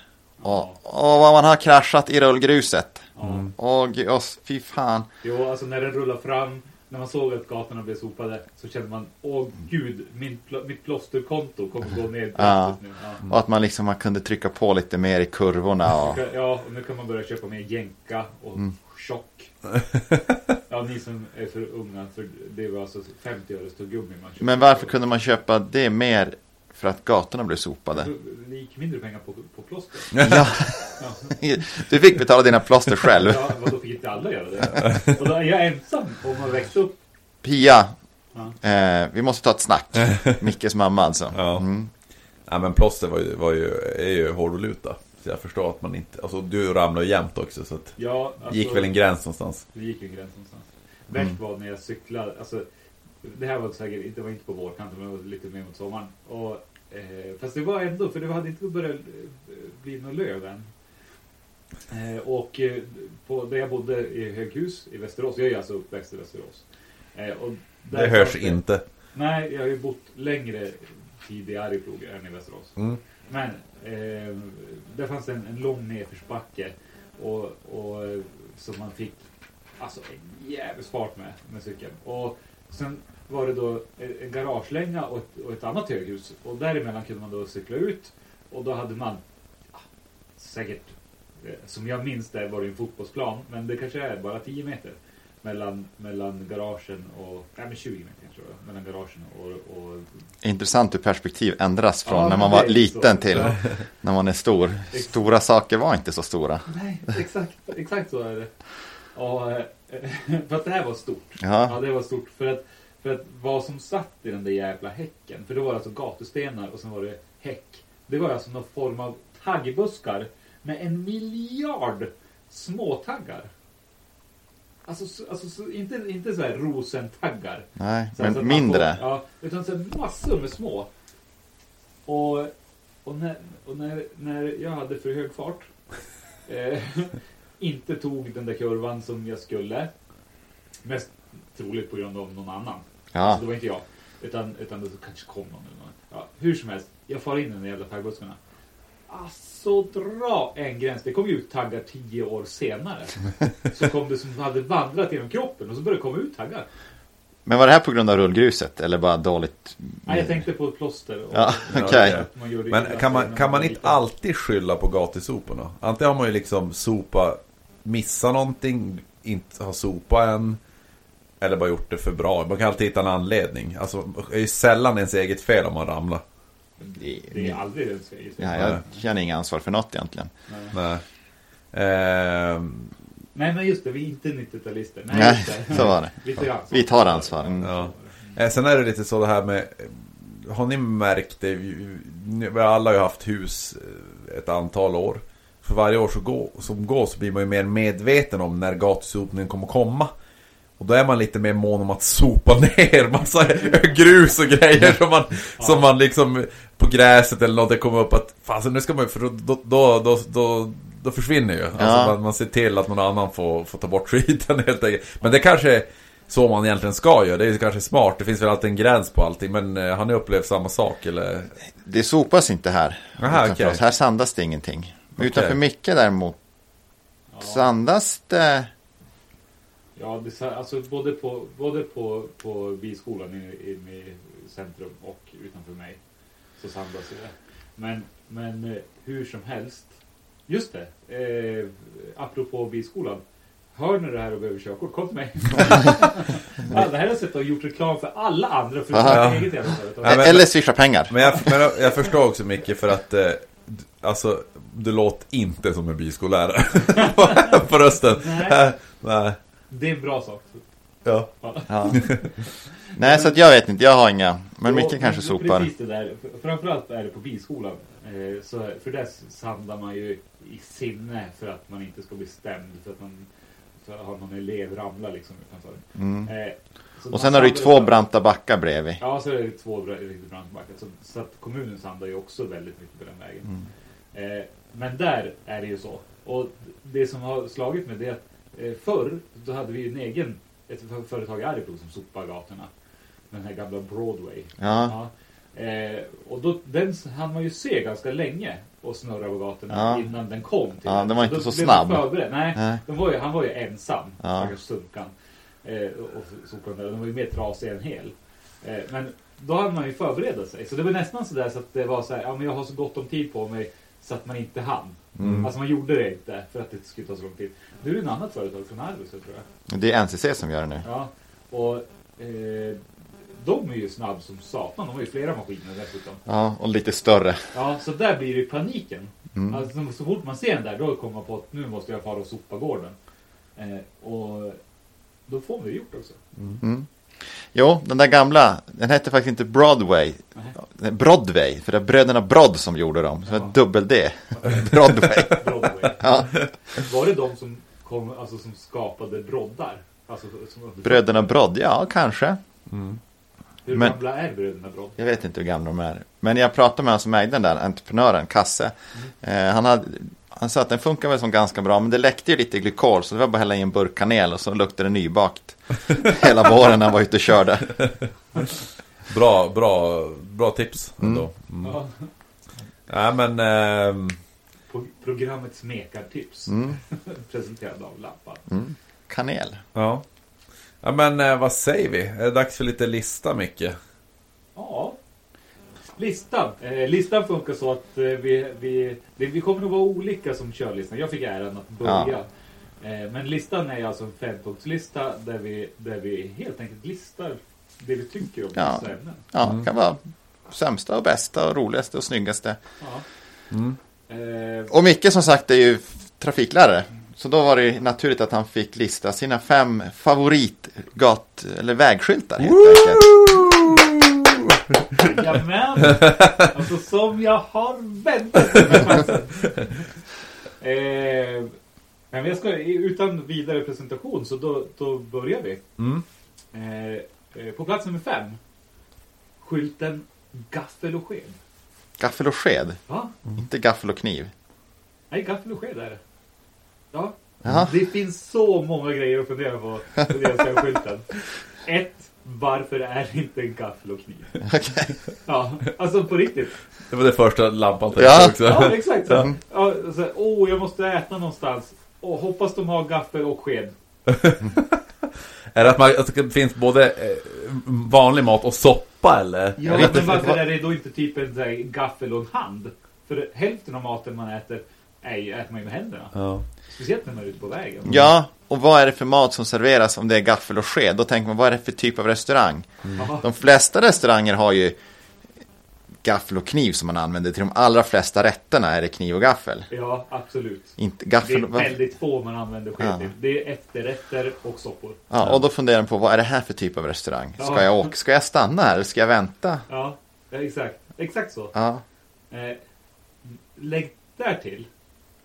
Speaker 3: Och, och vad man har kraschat i rullgruset.
Speaker 1: Mm.
Speaker 3: Och, och fy fan.
Speaker 1: Jo, alltså när den rullade fram, när man såg att gatorna blev sopade, så kände man åh gud, min, pl- mitt plåsterkonto kommer gå ner
Speaker 3: Ja.
Speaker 1: drastiskt nu. Ja.
Speaker 3: Och att man liksom man kunde trycka på lite mer i kurvorna. Och,
Speaker 1: Ja, och nu kan man börja köpa mer jänka och
Speaker 3: Mm.
Speaker 1: tjock. Ja, ni som är för unga, för det var alltså 50 öres tuggummi man köpte.
Speaker 3: Men varför kunde man köpa det mer för att gatorna blev sopade?
Speaker 1: Det gick mindre pengar på, på plåster.
Speaker 3: Ja. Du fick betala dina plåster själv.
Speaker 1: Ja, vadå, fick inte alla göra det? Och då är jag ensam om att växa upp.
Speaker 3: Pia,
Speaker 1: Ja.
Speaker 3: eh, vi måste ta ett snack. Mickes mamma alltså.
Speaker 2: Ja.
Speaker 3: Mm.
Speaker 2: Nej, men plåster var ju, var ju, är ju hårdvaluta. Så jag förstår att man inte... Alltså du ramlar ju jämt också så att...
Speaker 1: Ja, alltså,
Speaker 2: Det gick väl en Mm. gräns någonstans.
Speaker 1: Det gick en gräns någonstans. Värst var när jag cyklade, alltså det här var säkert, inte- det var inte på vårkanten men det var lite mer mot sommaren. Och, eh, fast det var ändå, för det hade inte börjat eh, bli något löv än. Eh, och eh, på, där jag bodde i höghus i Västerås, jag är alltså uppväxt i Västerås. Eh, och där
Speaker 2: Det hörs
Speaker 1: fanns
Speaker 2: inte.
Speaker 1: Nej, jag har ju bott längre tid i Arjeplog än i Västerås.
Speaker 2: Mm.
Speaker 1: Men eh, där fanns en, en lång nedförsbacke och, och, eh, som man fick alltså, en jävlig fart med, med cykeln. Och sen var det då en en garagelänga och ett, och ett annat höghus och däremellan kunde man då cykla ut och då hade man ah, säkert, eh, som jag minns det var det en fotbollsplan, men det kanske är bara 10 meter mellan, mellan garagen och, nej men 20 meter kanske det var, mellan garagen och, och
Speaker 3: Intressant hur perspektiv ändras från
Speaker 1: Ja,
Speaker 3: när man
Speaker 1: det
Speaker 3: var
Speaker 1: är så.
Speaker 3: liten till
Speaker 1: Ja.
Speaker 3: när man är stor. Stora saker var inte så stora.
Speaker 1: Nej, exakt, exakt så är det. Och, eh, för att det här var stort. Ja,
Speaker 3: Ja.
Speaker 1: det var stort. För att, för att vad som satt i den där jävla häcken, för då var det alltså gatustenar och sen var det häck. Det var alltså någon form av taggbuskar med en miljard småtaggar. Alltså, så- alltså så- inte, inte så här rosentaggar.
Speaker 3: Nej,
Speaker 1: Så här, så att man
Speaker 3: men mindre.
Speaker 1: Får, ja, utan så här massor med små. Och, och, när, och när, när jag hade för hög fart, eh, inte tog den där kurvan som jag skulle, mest troligt på grund av någon annan.
Speaker 3: Ja.
Speaker 1: Så det var inte jag. Utan, utan det kanske kom någon eller något. Ja, hur som helst, jag far in i de jävla taggbuskarna. Alltså dra en gräns. Det kom ju ut taggar tio år senare. Så kom det som hade vandrat genom kroppen och så började det komma ut taggar.
Speaker 3: Men var det här på grund av rullgruset eller bara dåligt?
Speaker 1: Nej, jag tänkte på plåster. Och
Speaker 3: Ja,
Speaker 2: Ja,
Speaker 3: okej.
Speaker 2: det-
Speaker 1: man gjorde
Speaker 2: Men
Speaker 1: illa
Speaker 2: kan
Speaker 1: sig
Speaker 2: man,
Speaker 1: när
Speaker 2: kan man
Speaker 1: var
Speaker 2: inte
Speaker 1: liten.
Speaker 2: alltid skylla på gatusoporna? Antingen har man ju liksom sopa, missa någonting, inte ha sopa än. Eller bara gjort det för bra. Man kan alltid hitta en anledning. Alltså, det är ju sällan ens eget fel om man ramlar.
Speaker 1: Det är aldrig ens eget fel.
Speaker 3: Ja, jag känner inga ansvar för något egentligen.
Speaker 2: Nej. Ehm,
Speaker 1: Nej, men just det, vi är inte 90-talister. Nej,
Speaker 3: Nej,
Speaker 1: just det.
Speaker 3: så var det.
Speaker 1: Vi tar ansvar.
Speaker 3: Vi tar ansvar. Mm.
Speaker 2: ja. Eh, Sen är det lite så det här med... Har ni märkt det? Vi- vi- vi Alla har ju haft hus eh, ett antal år. För varje år så går, som går så blir man ju mer medveten om när gatusopningen kommer komma. Och då är man lite mer mån om att sopa ner massa grus och grejer som man, som man liksom på gräset eller något, det kommer upp att fan, så nu ska man ju- för då, då, då, då, då, då försvinner ju.
Speaker 3: Ja.
Speaker 2: Alltså man, man ser till att någon annan får, får ta bort skiten helt enkelt. Men det kanske är så man egentligen ska göra, det är ju kanske smart. Det finns väl alltid en gräns på allting, men eh, har ni upplevt samma sak eller?
Speaker 3: Det sopas inte här.
Speaker 2: Aha,
Speaker 3: utanför
Speaker 2: okej.
Speaker 3: oss. Här sandas det ingenting. Utanför Micke däremot
Speaker 1: Ja,
Speaker 3: sandas det...
Speaker 1: ja det, är så här, alltså både på, både på, på biskolan inne inne i centrum och utanför mig så samlas ju det. Men, men eh, hur som helst. Just det, eh, apropå biskolan. Hör ni det här och behöver körkort, kom till mig. ja, det här har jag sett och gjort reklam för alla andra förutom
Speaker 2: Ja.
Speaker 1: mitt eget jävla företag.
Speaker 2: Nej, men-
Speaker 3: Eller swisha pengar.
Speaker 2: Men jag, men jag- jag förstår också Micke för att eh, d- Alltså, du låter inte som en biskollärare på rösten.
Speaker 1: Nej.
Speaker 2: Nej.
Speaker 1: Det är en bra sak.
Speaker 2: Ja.
Speaker 3: Ja. Nej, så att jag vet inte. Jag har inga. Men
Speaker 1: Ja,
Speaker 3: Micke kanske
Speaker 1: det-
Speaker 3: sopar.
Speaker 1: Precis det där. F- Framförallt är det på biskolan. Eh, Så för där samlar man ju i sinne för att man inte ska bli stämd för att man för att ha någon elev ramla liksom utanför. Eh, så man
Speaker 3: Mm. Och sen har du ju
Speaker 1: samlar
Speaker 3: två
Speaker 1: utan-
Speaker 3: branta backar bredvid.
Speaker 1: Ja, så är det två bra- riktigt brantbackar. Så, så att kommunen samlar ju också väldigt mycket på den
Speaker 3: Mm.
Speaker 1: vägen. Eh, men där är det ju så. Och det som har slagit mig det är att eh, förr, då hade vi ju en egen, ett f- företag i Arjeplog som sopade gatorna. Den här gamla Broadway.
Speaker 3: Ja.
Speaker 1: Ja. Eh, och då, den hann man ju se ganska länge och snurra på gatorna
Speaker 3: Ja.
Speaker 1: innan den kom. Till
Speaker 3: Ja, den var inte
Speaker 1: då
Speaker 3: så
Speaker 1: blev
Speaker 3: snabb.
Speaker 1: man Förberedd. Nej,
Speaker 3: Nej.
Speaker 1: Den var ju, han var ju ensam,
Speaker 3: Ja.
Speaker 1: stackars sunkan. Eh, och och sopade den där. Den var ju mer trasig än hel. Eh, men då hade man ju förbereda sig. Så det var nästan sådär så att det var så här, ja men jag har så gott om tid på mig så att man inte hann.
Speaker 3: Mm.
Speaker 1: Alltså man gjorde det inte för att det skulle ta så lång tid. Nu är det ett annat företag från Arvidsjaur tror jag.
Speaker 3: Det är NCC som gör det nu.
Speaker 1: Ja, och eh, de är ju snabb som satan. De har ju flera maskiner dessutom.
Speaker 3: Ja, och lite större.
Speaker 1: Ja, så där blir det ju paniken. Alltså, så fort man ser den där, då kommer man på att nu måste jag fara och sopa gården. Eh, och då får man det gjort också.
Speaker 3: Jo, den där gamla, den hette faktiskt inte Broadway. Nej, Broadway, för det var bröderna Broad som gjorde dem. Så det var
Speaker 1: Ja.
Speaker 3: dubbel-D. Broadway.
Speaker 1: Broadway.
Speaker 3: Ja.
Speaker 1: Var det de som, kom, alltså, som skapade broddar? Alltså, som,
Speaker 3: Bröderna Broad, ja kanske.
Speaker 1: hur
Speaker 3: men-
Speaker 1: gamla är bröderna Brodd?
Speaker 3: Jag vet inte hur gamla de är. Men jag pratade med han som ägde den där entreprenören, Kasse. Eh, han, hade, han sa att den funkar väl som ganska bra, men det läckte ju lite glykol. Så det var bara att hälla i en burk kanel och så luktade det nybakt. Hela våren när han var ute och körde.
Speaker 2: Bra, bra, bra tips ändå.
Speaker 1: Ja,
Speaker 2: Nej men, ehm,
Speaker 1: på programmet Smekartips. Presenterad av Lappan.
Speaker 3: Mm. Kanel.
Speaker 2: ja. Ja men eh, vad säger vi? Är det dags för lite lista Micke?
Speaker 1: Ja. Listan. Eh, listan funkar så att eh, vi, vi, det, vi kommer nog vara olika som kör listan. Jag fick äran att börja. Eh, men listan är alltså en fempunktslista där vi, där vi helt enkelt listar det vi tycker om
Speaker 3: Ja.
Speaker 1: vissa ämnen.
Speaker 3: Ja, kan vara sämsta och bästa och roligaste och snyggaste.
Speaker 1: Ja. Eh,
Speaker 3: Och Micke som sagt är ju f- trafiklärare. Så då var det ju naturligt att han fick lista sina fem favoritgat eller vägskyltar helt enkelt.
Speaker 1: Jajamän! Alltså som jag har väntat på den här chansen. eh, men jag ska, utan vidare presentation så då, då börjar vi.
Speaker 2: Mm.
Speaker 1: Eh, eh, på plats nummer fem. Skylten Gaffel och sked.
Speaker 3: Gaffel och sked,
Speaker 1: Ja,
Speaker 3: inte gaffel och kniv.
Speaker 1: nej gaffel och sked är det. Ja.
Speaker 3: Jaha.
Speaker 1: Det finns så många grejer att fundera på när jag ser skylten. Ett, varför är det inte en gaffel och kniv? Ja, alltså på riktigt.
Speaker 2: Det var det första lampan tänkte
Speaker 3: Ja.
Speaker 2: jag också.
Speaker 1: Ja, exakt. Så.
Speaker 3: Mm.
Speaker 1: Ja, så, här, åh, jag måste äta någonstans. Åh, hoppas de har gaffel och sked.
Speaker 2: Är det att, man, att det finns både eh, vanlig mat och soppa eller?
Speaker 1: Ja, men varför är det då inte typ en så här, gaffel och en hand? För hälften av maten man äter är ju, äter man ju med händerna.
Speaker 2: Ja.
Speaker 1: Speciellt när man är ute på vägen.
Speaker 3: Ja, och vad är det för mat som serveras om det är gaffel och sked? Då tänker man, vad är det för typ av restaurang?
Speaker 1: Ja,
Speaker 3: De flesta restauranger har ju gaffel och kniv som man använder. Till de allra flesta rätterna är det kniv och gaffel.
Speaker 1: ja, absolut.
Speaker 3: Inte
Speaker 1: Det är
Speaker 3: gaffel och...
Speaker 1: väldigt få man använder sked
Speaker 3: Ja.
Speaker 1: till. Det är efterrätter och soppor.
Speaker 3: Ja, och då funderar man på, vad är det här för typ av restaurang? Ska
Speaker 1: Ja.
Speaker 3: jag åka? Ska jag stanna här? Ska jag vänta?
Speaker 1: Ja, ja, exakt. Exakt så.
Speaker 3: Ja,
Speaker 1: Eh, lägg därtill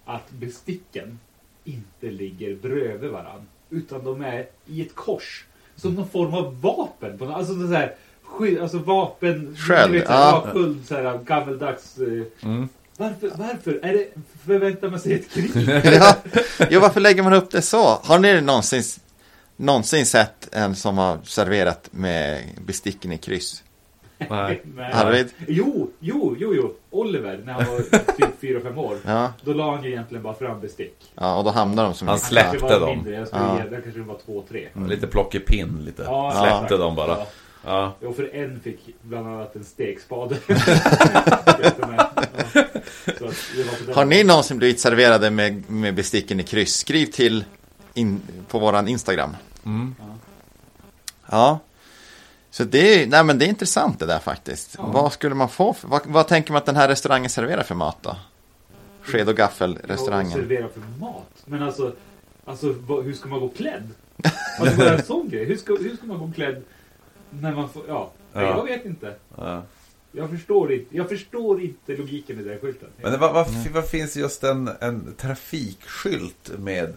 Speaker 1: att besticken inte ligger bredvid varann. Utan de är i ett kors. Som någon form av vapen. på nå- Alltså, så här, sky, alltså vapen...
Speaker 3: Sköld,
Speaker 1: du vet, så här,
Speaker 3: ja.
Speaker 1: ja. Sköld, så här, gammeldags... Eh,
Speaker 2: Mm.
Speaker 1: varför, varför? Är det, förväntar man sig ett krig?
Speaker 3: ja. Jo, varför lägger man upp det så? Har ni någonsin, någonsin sett en som har serverat med besticken i kryss?
Speaker 2: Nej.
Speaker 1: Nej.
Speaker 3: Arvid?
Speaker 1: Jo, jo, jo, jo. Oliver, när han var typ 4-5 år.
Speaker 3: Ja,
Speaker 1: Då la han ju egentligen bara fram bestick.
Speaker 3: ja och då hamnar de som...
Speaker 2: Han
Speaker 3: Ja.
Speaker 2: släppte
Speaker 1: kanske var
Speaker 2: dem.
Speaker 1: Mindre, jag skulle
Speaker 3: Ja.
Speaker 1: ge, det kanske var 2-3.
Speaker 2: Mm. Lite plockepinn lite.
Speaker 1: Ja,
Speaker 2: Släppte
Speaker 1: exakt.
Speaker 2: dem bara.
Speaker 1: Ja.
Speaker 2: Ja.
Speaker 1: Jo, för en fick bland annat en stekspade. Ja. Så att det var på den-
Speaker 3: Har ni någonsin blivit serverade med, med besticken i kryss? Skriv till in, på våran Instagram.
Speaker 2: Mm.
Speaker 3: Ja. Så det är, nej men det är intressant det där faktiskt.
Speaker 1: Ja.
Speaker 3: Vad skulle man få för, vad, vad tänker man att den här restaurangen serverar för mat då? Sked och
Speaker 1: Ja, och
Speaker 3: gaffel-restaurangen.
Speaker 1: servera för mat. Men alltså, alltså vad- hur ska man gå klädd? Alltså bara en sån grej. Hur ska, hur ska man gå klädd när man får, ja. Nej,
Speaker 2: Ja.
Speaker 1: jag vet inte.
Speaker 2: Ja.
Speaker 1: Jag förstår inte, jag förstår inte logiken i den skylten.
Speaker 2: Men det- vad, vad,
Speaker 3: Mm.
Speaker 2: fi- vad finns just en, en trafikskylt med?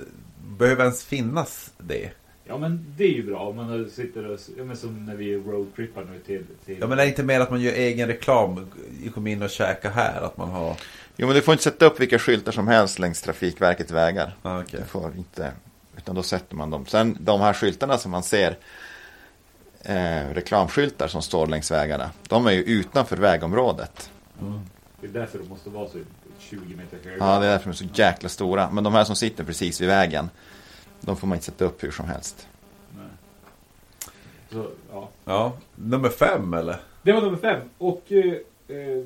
Speaker 2: Behöver ens finnas det?
Speaker 1: Ja men det är ju bra om man sitter och, ja, men som när vi roadtrippar nu till... till
Speaker 2: Ja men är det inte mer att man gör egen reklam? Kom in och käka här. Att man har...
Speaker 3: Jo men du får inte sätta upp vilka skyltar som helst längs Trafikverkets vägar.
Speaker 2: Ja, ah, okej.
Speaker 3: Du får inte, utan då sätter man dem. Sen de här skyltarna som man ser, eh, reklamskyltar som står längs vägarna, de är ju utanför vägområdet.
Speaker 1: Det är därför de måste vara så 20 meter höga.
Speaker 3: Ja, det är därför de är så jäkla stora. Men de här som sitter precis vid vägen, de får man inte sätta upp hur som helst.
Speaker 1: Nej. Så, ja.
Speaker 2: Ja. Nummer fem eller?
Speaker 1: Det var nummer fem. Och, eh, eh,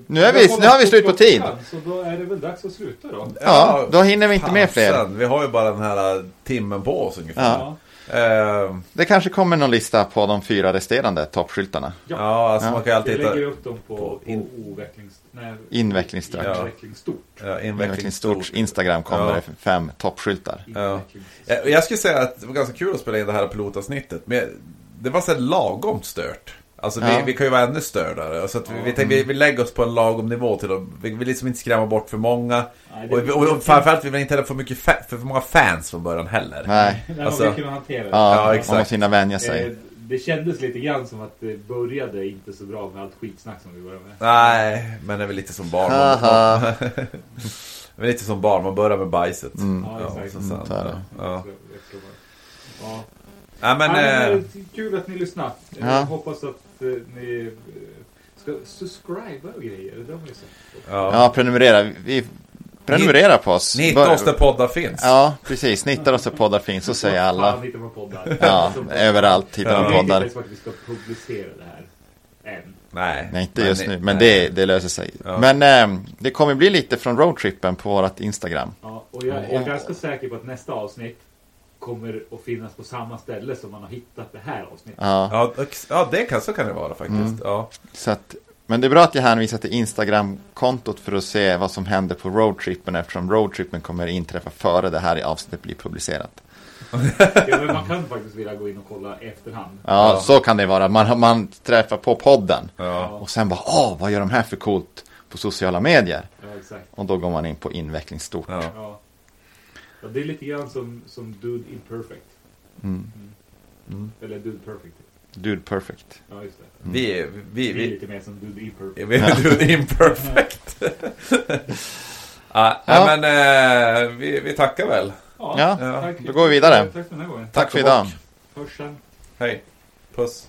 Speaker 3: Nu är
Speaker 1: jag
Speaker 3: vi-
Speaker 1: kollar
Speaker 3: nu har vi
Speaker 1: på
Speaker 3: slut på tid.
Speaker 1: klockan, Så då är det väl dags att sluta då.
Speaker 3: Ja, då hinner vi inte med fler.
Speaker 2: fasen. Vi har ju bara den här ah, timmen på oss ungefär.
Speaker 3: Ja.
Speaker 2: Eh,
Speaker 3: Det kanske kommer någon lista på de fyra resterande toppskyltarna.
Speaker 1: Ja.
Speaker 2: ja, alltså
Speaker 3: Ja.
Speaker 2: man kan ju
Speaker 1: Vi
Speaker 2: alltid hitta...
Speaker 1: lägger upp dem på,
Speaker 2: på
Speaker 1: på,
Speaker 2: in-
Speaker 1: oväcklings... Nej,
Speaker 3: Invecklingsstart.
Speaker 2: Ja.
Speaker 1: Invecklingsstort.
Speaker 2: Ja,
Speaker 3: Verkligen stort. Instagram kommer
Speaker 2: Ja.
Speaker 3: det fem toppskyltar.
Speaker 2: Ja.
Speaker 1: Invecklingsstort.
Speaker 2: Jag, Eh, jag skulle säga att det var ganska kul att spela in det här pilotavsnittet. Men det var så här lagom stört. Alltså
Speaker 3: Ja.
Speaker 2: vi, vi kan ju vara ännu stördare. Så att vi, vi, tänkte- vi, vi lägger oss på en lagom nivå till dem. Vi vill liksom inte skrämma bort för många.
Speaker 1: Nej, det-
Speaker 2: och, vi- och, och framförallt vill vi inte heller få mycket fa- för, för många fans från början heller.
Speaker 3: Nej,
Speaker 1: Nej,
Speaker 2: Alltså,
Speaker 1: man vill kunna hantera det.
Speaker 2: Ja,
Speaker 3: ja, man
Speaker 2: exakt.
Speaker 3: måste hinna vänja
Speaker 1: Eh,
Speaker 3: sig.
Speaker 1: det kändes lite grann som att det började inte så bra med allt skitsnack som vi började med.
Speaker 2: Nej, men det är väl lite som barn.
Speaker 3: Haha.
Speaker 2: det är lite som barn, man börjar med bajset.
Speaker 1: Ja, exakt.
Speaker 2: så sant.
Speaker 3: Mm. så är det.
Speaker 2: Ja.
Speaker 1: Så jag tror bara- Ja.
Speaker 2: Nej, men,
Speaker 1: Nej,
Speaker 2: eh,
Speaker 1: men, eh, kul att ni lyssnar. Eh,
Speaker 3: Ja.
Speaker 1: Hoppas att eh, ni eh, ska subscriba och grejer. Det har man ju sagt.
Speaker 2: ja.
Speaker 3: Ja, prenumerera. Vi prenumererar på oss.
Speaker 2: Ni hittar oss
Speaker 3: Bör-
Speaker 2: där poddar finns.
Speaker 3: Ja, precis. Ni hittar oss där poddar finns, så säger alla.
Speaker 1: Fan, hittar man poddar.
Speaker 3: Ja,
Speaker 1: Som-
Speaker 3: överallt hittar
Speaker 2: Ja.
Speaker 3: de
Speaker 1: Jag vet inte
Speaker 3: poddar.
Speaker 1: ens vart vi ska publicera det här. Än.
Speaker 2: Nej,
Speaker 3: Nej, inte
Speaker 2: Men
Speaker 3: just
Speaker 2: ni-
Speaker 3: nu, men
Speaker 2: nej.
Speaker 3: det, det löser sig.
Speaker 2: Ja.
Speaker 3: Men ehm, det kommer bli lite från roadtrippen på vårt Instagram.
Speaker 1: Ja, och jag är ganska säker på att nästa avsnitt kommer att finnas på samma ställe som man har hittat det här avsnittet.
Speaker 3: Ja,
Speaker 2: Ja, ex- ja det kan, så kan det vara faktiskt. Ja.
Speaker 3: så att, men det är bra att jag hänvisar till Instagram-kontot för att se vad som händer på roadtrippen eftersom roadtrippen kommer inträffa före det här avsnittet blir publicerat.
Speaker 1: Ja, men man kan faktiskt vilja gå in och kolla efterhand.
Speaker 3: Ja, så kan det vara. Man, man träffar på podden
Speaker 2: Ja.
Speaker 3: och sen bara, åh, vad gör de här för coolt på sociala medier?
Speaker 1: Ja, exakt.
Speaker 3: Och då går man in på invecklingsstort.
Speaker 2: Ja.
Speaker 1: Ja. Ja, det är lite grann som, som Dude Imperfect.
Speaker 3: Mm.
Speaker 1: Eller Dude Perfect.
Speaker 3: Dude perfect.
Speaker 1: Ja, just det.
Speaker 2: Vi, är- vi,
Speaker 1: Vi är
Speaker 2: vi,
Speaker 1: lite mer som Dude Imperfect.
Speaker 2: vi är doing imperfect. ja,
Speaker 3: Ja.
Speaker 2: ja. Men eh, vi, vi tackar väl.
Speaker 3: Ja,
Speaker 2: Ja,
Speaker 1: tack.
Speaker 3: då går vi vidare.
Speaker 1: Tack för den här gången.
Speaker 3: Tack
Speaker 2: Tack
Speaker 3: för
Speaker 2: och bock.
Speaker 3: idag.
Speaker 1: Hörs sen.
Speaker 2: Hej. Puss.